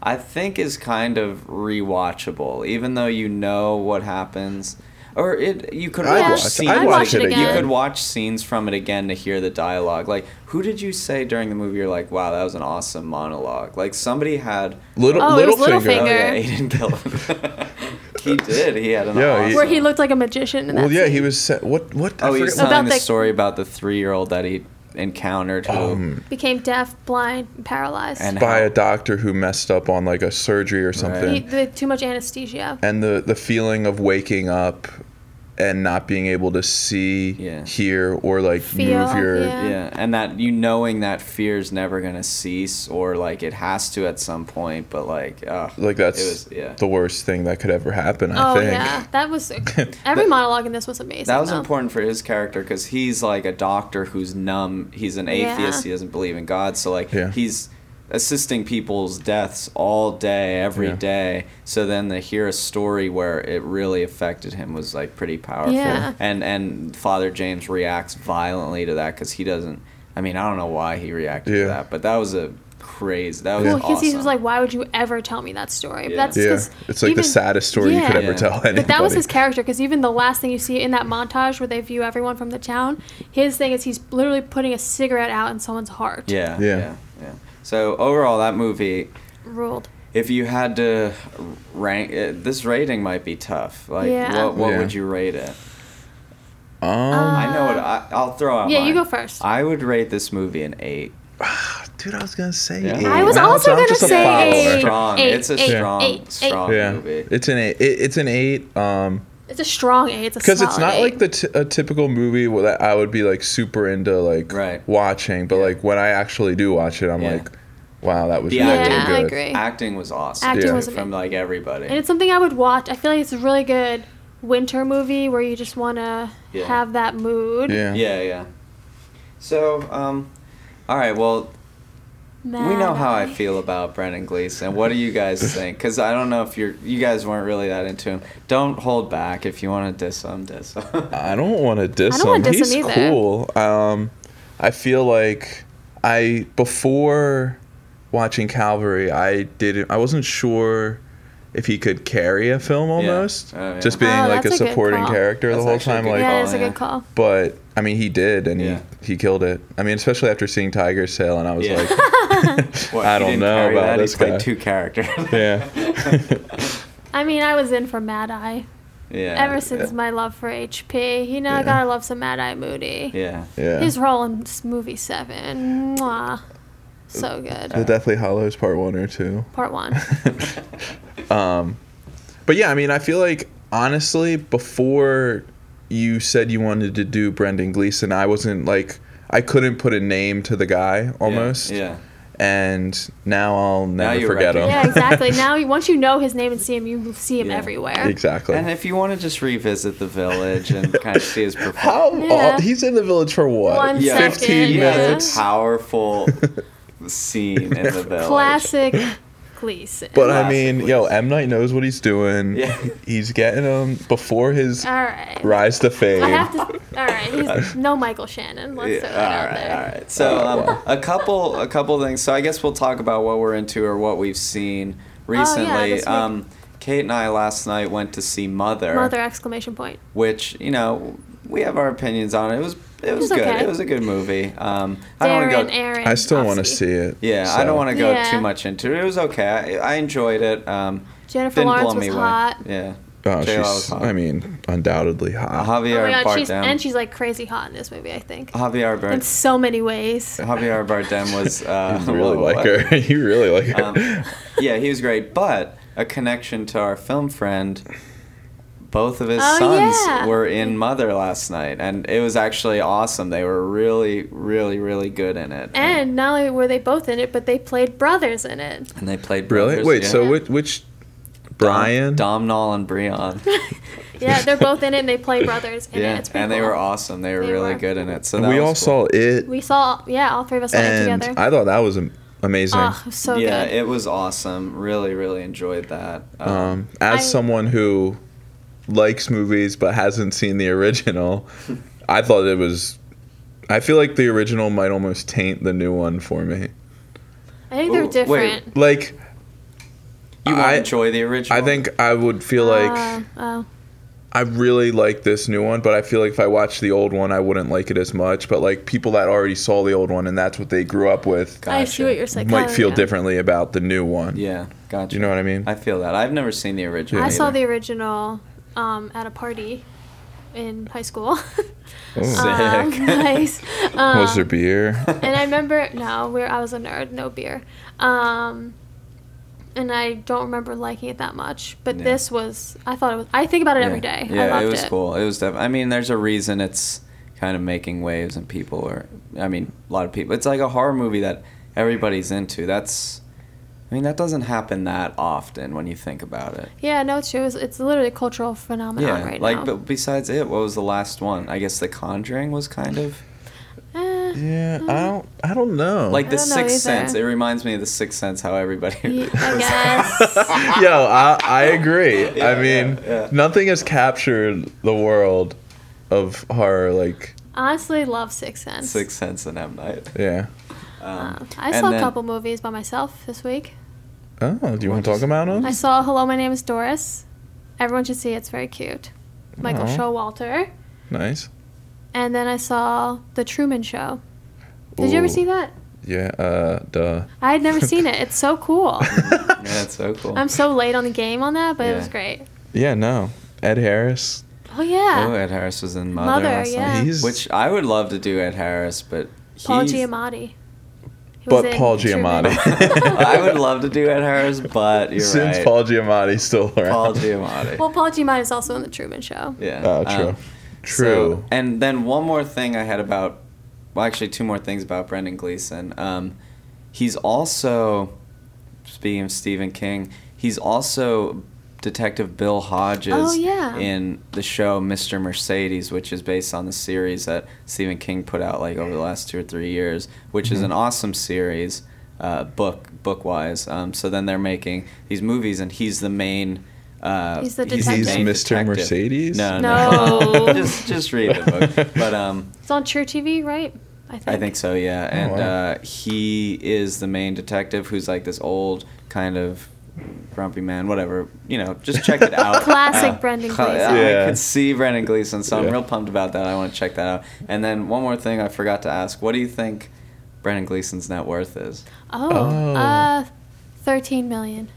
Speaker 1: I think is kind of rewatchable, even though you know what happens. Or it, you could
Speaker 3: I'd
Speaker 1: watch,
Speaker 2: watch-
Speaker 1: scenes.
Speaker 2: I'd watch it
Speaker 1: like, You
Speaker 2: again.
Speaker 1: could watch scenes from it again to hear the dialogue. Like, who did you say during the movie? You're like, wow, that was an awesome monologue. Like, somebody had.
Speaker 3: Little
Speaker 2: Oh, it
Speaker 3: little
Speaker 2: was
Speaker 3: finger.
Speaker 1: Oh
Speaker 2: Littlefinger.
Speaker 1: yeah, he didn't kill him. <laughs> he did. He had an.
Speaker 3: Yeah, he- uh,
Speaker 1: awesome.
Speaker 2: Where he looked like a magician. <laughs> In that
Speaker 3: Well, yeah, he
Speaker 2: scene.
Speaker 3: was. Set, what? What? I
Speaker 1: Oh, he was
Speaker 3: forget-
Speaker 1: telling
Speaker 2: About
Speaker 1: the
Speaker 2: the-
Speaker 1: story about the three-year-old that he encountered
Speaker 2: Oh,
Speaker 1: who
Speaker 3: um,
Speaker 2: became deaf, blind, and paralyzed.
Speaker 1: And-
Speaker 3: by a doctor who messed up on like a surgery or something.
Speaker 2: he, the, too much anesthesia.
Speaker 3: and the the feeling of waking up and not being able to see,
Speaker 1: Yeah.
Speaker 3: hear, or like
Speaker 2: Feel,
Speaker 3: move your
Speaker 2: yeah.
Speaker 1: yeah and that you knowing that fear's never gonna cease or like it has to at some point but like uh,
Speaker 3: like that's
Speaker 1: it was yeah
Speaker 3: the worst thing that could ever happen. I
Speaker 2: Oh
Speaker 3: think.
Speaker 2: yeah, that
Speaker 3: <laughs>
Speaker 2: was every monologue in this was amazing.
Speaker 1: that was
Speaker 2: though.
Speaker 1: important for his character because he's like a doctor who's numb he's an
Speaker 2: Yeah.
Speaker 1: atheist he doesn't believe in god so like
Speaker 3: Yeah.
Speaker 1: he's assisting people's deaths all day every day.
Speaker 3: Yeah.
Speaker 1: so then to hear a story where it really affected him was like pretty powerful
Speaker 2: Yeah.
Speaker 1: and and father james reacts violently to that because he doesn't i mean i don't know why he reacted
Speaker 3: Yeah.
Speaker 1: to that but that was a crazy that was
Speaker 2: Well, because
Speaker 1: awesome.
Speaker 2: he was like, "Why would you ever tell me that story?" But
Speaker 1: Yeah.
Speaker 2: that's
Speaker 3: Yeah,
Speaker 2: 'cause
Speaker 3: it's like the
Speaker 2: even-
Speaker 3: saddest story you could
Speaker 2: Yeah.
Speaker 3: ever
Speaker 1: Yeah.
Speaker 3: tell anybody.
Speaker 2: But that was his character because even the last thing you see in that montage where they view everyone from the town, his thing is he's literally putting a cigarette out in someone's heart.
Speaker 1: yeah
Speaker 3: Yeah.
Speaker 1: yeah yeah, so overall that movie
Speaker 2: Ruled.
Speaker 1: if you had to rank uh, this rating might be tough like
Speaker 2: Yeah.
Speaker 1: what, what
Speaker 3: Yeah.
Speaker 1: would you rate it
Speaker 3: Um,
Speaker 2: uh,
Speaker 1: i know what I, i'll throw out
Speaker 2: yeah, you
Speaker 1: mine.
Speaker 2: go first.
Speaker 1: i would rate this movie an eight
Speaker 3: dude, I was gonna say.
Speaker 1: Yeah.
Speaker 3: eight.
Speaker 1: I
Speaker 2: was
Speaker 3: Now
Speaker 2: also
Speaker 3: I'm
Speaker 2: gonna
Speaker 3: just a
Speaker 2: say
Speaker 3: follower.
Speaker 2: eight.
Speaker 1: strong it's a
Speaker 2: eight,
Speaker 1: strong
Speaker 2: eight,
Speaker 1: strong
Speaker 3: Yeah,
Speaker 1: movie
Speaker 3: it's an eight. It, it's an eight. Um,
Speaker 2: It's a strong A. It's a
Speaker 3: because it's
Speaker 2: solid
Speaker 3: not
Speaker 2: A.
Speaker 3: like the t- a typical movie where that I would be like super into like
Speaker 1: Right.
Speaker 3: watching, but
Speaker 1: Yeah.
Speaker 3: like when I actually do watch it, I'm
Speaker 1: Yeah.
Speaker 3: like, wow, that was
Speaker 1: The
Speaker 3: really
Speaker 1: acting-
Speaker 2: yeah,
Speaker 3: good.
Speaker 2: I agree.
Speaker 1: acting was awesome
Speaker 2: Acting
Speaker 1: too,
Speaker 2: was
Speaker 1: from like everybody
Speaker 2: And it's something I would watch. I feel like it's a really good winter movie where you just want to
Speaker 1: Yeah.
Speaker 2: have that mood.
Speaker 3: Yeah.
Speaker 1: yeah yeah so um all right well
Speaker 2: Mad
Speaker 1: we know how I
Speaker 2: Eye.
Speaker 1: feel about Brendan Gleeson. What do you
Speaker 3: <laughs>
Speaker 1: guys think? Because I don't know if you're you guys weren't really that into him. Don't hold back if you want to diss him. Diss him.
Speaker 3: I don't want to diss
Speaker 2: I don't wanna
Speaker 3: him.
Speaker 2: diss
Speaker 3: He's
Speaker 2: him either.
Speaker 3: cool. Um, I feel like I before watching Calvary, I didn't. I wasn't sure if he could carry a film almost,
Speaker 1: Oh, yeah.
Speaker 3: just being
Speaker 2: Oh,
Speaker 3: like a
Speaker 2: that's a good
Speaker 3: supporting
Speaker 2: call.
Speaker 3: character
Speaker 1: That's
Speaker 3: the whole
Speaker 1: actually a
Speaker 3: time.
Speaker 1: good
Speaker 3: Like,
Speaker 2: yeah,
Speaker 1: call,
Speaker 2: that's a
Speaker 1: yeah.
Speaker 2: good call.
Speaker 3: but I mean, he did, and
Speaker 1: Yeah.
Speaker 3: he he killed it. I mean, especially after seeing Tiger Sale, and I was
Speaker 1: Yeah.
Speaker 3: like,
Speaker 1: <laughs>
Speaker 3: <laughs>
Speaker 1: What,
Speaker 3: I
Speaker 1: he
Speaker 3: don't
Speaker 1: didn't
Speaker 3: know
Speaker 1: carry
Speaker 3: about
Speaker 1: that?
Speaker 3: this
Speaker 1: he played
Speaker 3: guy.
Speaker 1: two
Speaker 3: <laughs>
Speaker 1: characters.
Speaker 3: yeah,
Speaker 2: I mean, I was in for Mad Eye
Speaker 1: <laughs> yeah.
Speaker 2: ever since my love for HP. You know, I
Speaker 3: Yeah.
Speaker 2: gotta love some Mad Eye Moody.
Speaker 1: Yeah.
Speaker 3: yeah.
Speaker 2: His role in this movie seven, mwah, so good.
Speaker 3: The Deathly Hollows Part One or Two.
Speaker 2: Part one.
Speaker 1: <laughs>
Speaker 3: Um, but yeah, I mean, I feel like honestly, before you said you wanted to do Brendan Gleeson, I wasn't like I couldn't put a name to the guy almost,
Speaker 1: Yeah. yeah.
Speaker 3: and now I'll never
Speaker 1: you
Speaker 3: forget him.
Speaker 2: yeah, exactly.
Speaker 3: <laughs>
Speaker 2: Now, you- once you know his name and see him, you see him
Speaker 1: Yeah.
Speaker 2: everywhere.
Speaker 3: exactly.
Speaker 1: And if you want to just revisit the village and kind of
Speaker 3: <laughs>
Speaker 1: see his performance.
Speaker 3: How
Speaker 2: Yeah.
Speaker 3: all- he's in the village for what?
Speaker 2: One
Speaker 1: Yeah.
Speaker 2: second,
Speaker 3: Fifteen
Speaker 2: yeah.
Speaker 3: minutes.
Speaker 1: Powerful scene in the village.
Speaker 2: Classic Gleason.
Speaker 3: <laughs> But I
Speaker 1: Classic
Speaker 3: mean, yo, M Night knows what he's doing.
Speaker 1: Yeah.
Speaker 3: <laughs> He's getting him before his
Speaker 2: all right.
Speaker 3: rise to fame.
Speaker 2: Uh, I have to. All right. He's, no Michael Shannon. Let's throw
Speaker 1: Yeah,
Speaker 2: that out
Speaker 1: all right,
Speaker 2: there.
Speaker 1: all right. So
Speaker 3: Uh,
Speaker 1: um,
Speaker 3: well.
Speaker 1: a couple, a
Speaker 2: <laughs>
Speaker 1: couple things. So I guess we'll talk about what we're into or what we've seen recently.
Speaker 2: Oh, this week.
Speaker 1: um, Kate and I last night went to see Mother,
Speaker 2: Mother exclamation point.
Speaker 1: which you know we have our opinions on. It was it was
Speaker 2: was
Speaker 1: good.
Speaker 2: okay.
Speaker 1: It was a good movie. Um, I don't
Speaker 2: Darren,
Speaker 1: want to go.
Speaker 2: Aaron.
Speaker 3: I still want to
Speaker 2: Ofsky.
Speaker 3: see it.
Speaker 1: Yeah, I don't want to go
Speaker 2: Yeah.
Speaker 1: too much into it. It was okay. I, I enjoyed it. Um,
Speaker 2: Jennifer
Speaker 1: didn't
Speaker 2: Lawrence
Speaker 1: blow me
Speaker 2: was
Speaker 1: away.
Speaker 2: hot.
Speaker 1: Yeah.
Speaker 3: Oh,
Speaker 1: J-Lo was
Speaker 3: she's.
Speaker 1: hot.
Speaker 3: I mean, undoubtedly hot.
Speaker 2: Oh
Speaker 1: Javier
Speaker 2: my god, she's
Speaker 1: Bardem.
Speaker 2: and she's like crazy hot in this movie. I think
Speaker 1: Javier
Speaker 2: in
Speaker 1: Bardem.
Speaker 2: so many ways.
Speaker 1: Javier Bardem was. Uh,
Speaker 3: <laughs> you really
Speaker 1: whoa,
Speaker 3: like
Speaker 1: what?
Speaker 3: her. <laughs> you really like her.
Speaker 1: Um, <laughs> yeah, he was great. But a connection to our film friend, both of his
Speaker 2: Oh,
Speaker 1: sons
Speaker 2: yeah.
Speaker 1: were in Mother last night, and it was actually awesome. They were really, really, really good in it.
Speaker 2: And not only were they both in it, but they played brothers in it.
Speaker 1: and they played
Speaker 3: really?
Speaker 1: brothers,
Speaker 3: Wait.
Speaker 1: yeah.
Speaker 3: So which, which Brian?
Speaker 1: Dom, Domhnall, and
Speaker 2: <laughs>
Speaker 1: Breon.
Speaker 2: Yeah, they're both in it and they play brothers in it.
Speaker 1: yeah,
Speaker 2: It's pretty
Speaker 1: and they
Speaker 2: cool.
Speaker 1: were awesome. They were
Speaker 2: They
Speaker 1: really
Speaker 2: were.
Speaker 1: good in it. So
Speaker 3: And
Speaker 1: that
Speaker 3: we
Speaker 1: was
Speaker 3: all
Speaker 1: cool.
Speaker 3: saw it,
Speaker 2: We saw, yeah, all three of us saw it
Speaker 3: and
Speaker 2: together.
Speaker 3: I thought that was am- amazing.
Speaker 2: oh, so
Speaker 1: yeah,
Speaker 2: good.
Speaker 1: it was awesome. Really, really enjoyed that.
Speaker 3: um, as
Speaker 2: I-
Speaker 3: someone who likes movies but hasn't seen the original, I thought it was. I feel like the original might almost taint the new one for me.
Speaker 2: I think they're
Speaker 1: Ooh, wait.
Speaker 2: different.
Speaker 3: Like,
Speaker 1: you
Speaker 3: I-
Speaker 1: won't enjoy the original.
Speaker 3: I think I would feel like
Speaker 2: Uh, oh.
Speaker 3: I really like this new one, but I feel like if I watched the old one, I wouldn't like it as much. But like people that already saw the old one and that's what they grew up with
Speaker 2: I
Speaker 1: Gotcha.
Speaker 2: see what you're saying.
Speaker 3: might
Speaker 2: Oh,
Speaker 3: feel
Speaker 2: yeah.
Speaker 3: differently about the new one.
Speaker 1: Yeah, gotcha.
Speaker 3: Do you know what I mean?
Speaker 1: I feel that. I've never seen the original.
Speaker 2: I saw
Speaker 1: either.
Speaker 2: the original um, at a party in high school.
Speaker 3: Oh.
Speaker 2: Um, <laughs>
Speaker 1: Sick.
Speaker 2: nice.
Speaker 3: was
Speaker 2: Um,
Speaker 1: <laughs>
Speaker 3: there beer?
Speaker 2: and I remember no, where I was a nerd, no beer. Um, and I don't remember liking it that much. But
Speaker 1: Yeah.
Speaker 2: this was, I thought it was. I think about it every day.
Speaker 1: Yeah,
Speaker 2: I loved
Speaker 1: it was cool. It was def- I mean, there's a reason it's kind of making waves and people are. I mean, a lot of people. It's like a horror movie that everybody's into. That's. I mean, that doesn't happen that often when you think about it.
Speaker 2: Yeah, no, it's true. It's, it's literally a cultural phenomenon
Speaker 1: yeah,
Speaker 2: right
Speaker 1: like
Speaker 2: now.
Speaker 1: but besides it, what was the last one? I guess The Conjuring was kind of
Speaker 2: Eh,
Speaker 3: Yeah,
Speaker 2: mm.
Speaker 3: I don't. I don't know.
Speaker 1: like The
Speaker 2: don't know
Speaker 1: Sixth
Speaker 2: either.
Speaker 1: Sense. It reminds me of The Sixth Sense. How everybody. <laughs>
Speaker 2: Ye- I guess.
Speaker 3: <laughs> Yo, I, I agree. I
Speaker 1: Yeah,
Speaker 3: mean,
Speaker 1: yeah, yeah.
Speaker 3: nothing has captured the world of horror like
Speaker 2: honestly, love Sixth Sense.
Speaker 1: Sixth Sense and M Night.
Speaker 3: yeah.
Speaker 2: Uh,
Speaker 1: Um,
Speaker 2: I
Speaker 1: and
Speaker 2: saw a
Speaker 1: then-
Speaker 2: couple movies by myself this week.
Speaker 3: Oh, do you want to talk about them?
Speaker 2: I saw Hello, My Name is Doris. Everyone should see it. It's very cute. Michael
Speaker 3: Aw.
Speaker 2: Showalter.
Speaker 3: Nice.
Speaker 2: And then I saw The Truman Show. Did you ever
Speaker 3: Ooh.
Speaker 2: see that?
Speaker 3: Yeah. Uh. Duh.
Speaker 2: I had never seen it. It's so
Speaker 3: <laughs>
Speaker 2: cool.
Speaker 1: Yeah, that's so cool.
Speaker 2: I'm so late on the game on that, but it
Speaker 1: Yeah.
Speaker 2: was great.
Speaker 3: Yeah. No. Ed Harris.
Speaker 2: Oh yeah.
Speaker 1: Oh, Ed Harris was in Mother.
Speaker 2: Mother,
Speaker 1: last night.
Speaker 2: Yeah.
Speaker 3: He's
Speaker 1: Which I would love to do Ed Harris, but
Speaker 2: Paul
Speaker 1: he's-
Speaker 2: Giamatti. He was
Speaker 3: But
Speaker 2: in
Speaker 3: Paul
Speaker 2: Truman.
Speaker 3: Giamatti.
Speaker 1: <laughs> I would love to do Ed Harris, but you're
Speaker 3: since
Speaker 1: right.
Speaker 3: Paul Giamatti's still around.
Speaker 1: Paul Giamatti.
Speaker 2: well, Paul Giamatti is also in the Truman Show.
Speaker 1: yeah.
Speaker 3: Oh, true.
Speaker 1: Um,
Speaker 3: true.
Speaker 1: So, and then one more thing I had about, well, actually two more things about Brendan Gleeson. Um, he's also, speaking of Stephen King, he's also Detective Bill Hodges
Speaker 2: Oh, yeah.
Speaker 1: in the show Mr. Mercedes, which is based on the series that Stephen King put out like over the last two or three years, which is
Speaker 3: Mhm.
Speaker 1: an awesome series, uh, book book wise. Um, so then they're making these movies, and he's the main. Uh,
Speaker 2: He's the
Speaker 1: main
Speaker 2: detective.
Speaker 3: He's Mr. Mercedes?
Speaker 1: No, <laughs>
Speaker 2: No.
Speaker 1: just just read the
Speaker 3: <laughs>
Speaker 1: book. But um,
Speaker 2: It's on True TV, right? I think.
Speaker 1: I think so, yeah.
Speaker 3: Oh,
Speaker 1: And
Speaker 3: wow.
Speaker 1: uh, he is the main detective, who's like this old kind of grumpy man, whatever. You know, just check it out.
Speaker 2: <laughs>
Speaker 1: Uh,
Speaker 2: Classic Brendan Gleeson.
Speaker 3: Yeah.
Speaker 1: I could see Brendan Gleeson, so
Speaker 3: Yeah.
Speaker 1: I'm real pumped about that. I want to check that out. And then one more thing I forgot to ask: What do you think Brendan Gleeson's net worth is?
Speaker 2: Oh,
Speaker 3: Oh.
Speaker 2: uh, thirteen million.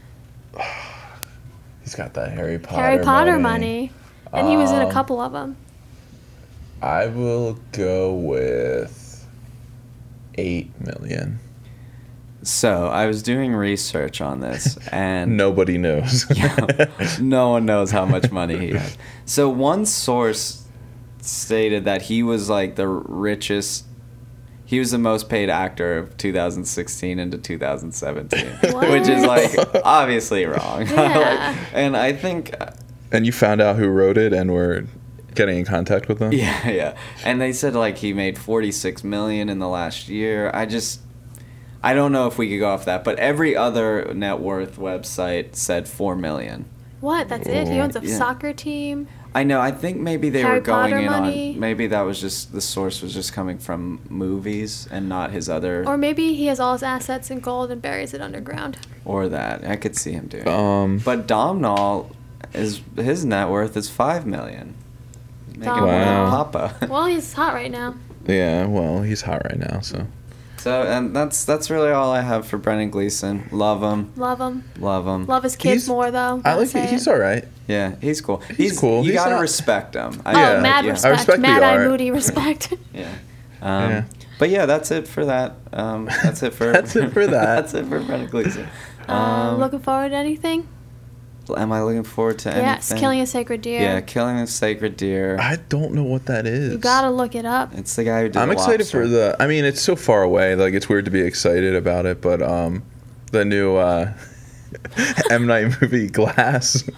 Speaker 3: He's got that Harry Potter.
Speaker 2: Harry Potter money, and he was in a
Speaker 1: Oh.
Speaker 3: Um,
Speaker 2: couple of them.
Speaker 3: I will go with eight million.
Speaker 1: So I was doing research on
Speaker 3: <laughs>
Speaker 1: this, and
Speaker 3: Nobody knows.
Speaker 1: <laughs> Yeah. no one knows how much money he has. So one source stated that he was like the richest. He was the most paid actor of 2016 into 2017, which is like
Speaker 3: What?
Speaker 1: obviously wrong. <laughs>
Speaker 2: Yeah.
Speaker 1: Like, and I think,
Speaker 3: And you found out who wrote it, and were getting in contact with
Speaker 1: <laughs>
Speaker 3: them.
Speaker 1: yeah, yeah. And they said like he made 46 million in the last year. I just, I don't know if we could go off that, but every other net worth website said four million.
Speaker 2: What? That's it? He owns a
Speaker 1: Yeah.
Speaker 2: soccer team.
Speaker 1: I know. I think maybe they
Speaker 2: Harry
Speaker 1: were going
Speaker 2: Potter
Speaker 1: in
Speaker 2: money.
Speaker 1: on. Maybe that was just the source was just coming from movies and not his other
Speaker 2: Or
Speaker 1: or,
Speaker 2: maybe he has all his assets in gold and buries
Speaker 1: <laughs>
Speaker 2: it underground.
Speaker 1: that. I could see him doing. it.
Speaker 3: Um.
Speaker 1: But Domhnall is his net worth is five million. Making more than
Speaker 3: Domhnall. Wow.
Speaker 1: Papa. <laughs>
Speaker 2: Well, he's hot right now.
Speaker 3: yeah. Well, he's hot right now, so.
Speaker 1: so and that's that's really all I have for Brendan Gleeson. Love him,
Speaker 2: Love him.
Speaker 1: love him.
Speaker 2: Love his kids
Speaker 3: He's-
Speaker 2: more though.
Speaker 3: I like.
Speaker 2: Gotta say
Speaker 3: He's
Speaker 2: it.
Speaker 3: all right.
Speaker 1: yeah, he's cool. He's,
Speaker 3: cool.
Speaker 1: You
Speaker 3: He's
Speaker 1: gotta
Speaker 3: not-
Speaker 1: respect him. I,
Speaker 2: Oh,
Speaker 3: Yeah.
Speaker 2: mad
Speaker 1: yeah.
Speaker 2: respect.
Speaker 3: respect the
Speaker 2: mad eye,
Speaker 3: art.
Speaker 2: moody respect.
Speaker 1: <laughs> Yeah. Um,
Speaker 3: Yeah.
Speaker 1: But yeah, that's it for that. Um, that's it for
Speaker 3: <laughs> That's it
Speaker 1: <laughs>
Speaker 3: for that.
Speaker 1: that's it for Brendan Gleeson.
Speaker 2: uh,
Speaker 1: Um,
Speaker 2: looking forward to anything?
Speaker 1: Am I looking forward to anything?
Speaker 2: Yes, killing a sacred deer.
Speaker 1: Yeah, killing a sacred deer.
Speaker 3: I don't know what that is.
Speaker 2: you gotta look it up.
Speaker 1: It's the guy who did.
Speaker 3: I'm
Speaker 1: the
Speaker 3: excited
Speaker 1: lobster.
Speaker 3: for the. I mean, it's so far away. Like, it's weird to be excited about it, but um, the new uh, <laughs> M Night movie Glass. <laughs>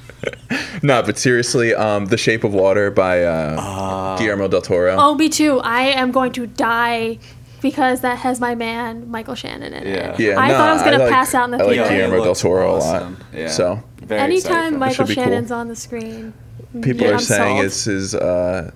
Speaker 3: no, but seriously, um, The Shape of Water by uh,
Speaker 1: Ah.
Speaker 3: Guillermo del Toro.
Speaker 2: Oh, me too. I am going to die because that has my man Michael Shannon in it.
Speaker 1: Yeah.
Speaker 3: Yeah,
Speaker 2: I thought I
Speaker 3: nah,
Speaker 2: was gonna
Speaker 3: like-
Speaker 2: pass out in the
Speaker 3: I like
Speaker 2: theater.
Speaker 1: Yeah,
Speaker 3: Guillermo
Speaker 1: it
Speaker 3: del
Speaker 1: looks
Speaker 3: Toro
Speaker 1: awesome.
Speaker 3: a lot.
Speaker 1: Yeah.
Speaker 3: So
Speaker 1: Very excited
Speaker 2: Anytime
Speaker 1: for
Speaker 2: Michael
Speaker 3: be cool.
Speaker 2: Shannon's on the screen,
Speaker 3: people
Speaker 2: yeah,
Speaker 3: are
Speaker 2: I'm
Speaker 3: saying
Speaker 2: sold.
Speaker 3: it's his. Uh,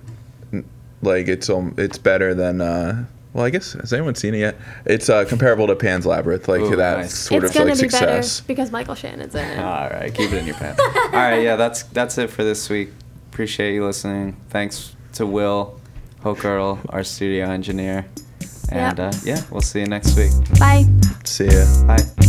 Speaker 3: n- like it's um, it's better than. Uh, well, I guess has anyone seen it yet? It's uh, comparable to Pan's Labyrinth, like
Speaker 1: Ooh,
Speaker 3: that
Speaker 1: nice.
Speaker 3: sort
Speaker 2: it's
Speaker 3: of
Speaker 2: gonna
Speaker 3: like
Speaker 2: be
Speaker 3: success.
Speaker 2: better because Michael Shannon's in it.
Speaker 1: it. All right, keep it in your pants. All right, yeah, that's that's it for this week. Appreciate you listening. Thanks to Will Hokerl, our studio engineer, and
Speaker 2: Yeah.
Speaker 1: uh, yeah, we'll see you next week.
Speaker 2: Bye.
Speaker 3: See ya.
Speaker 1: Bye.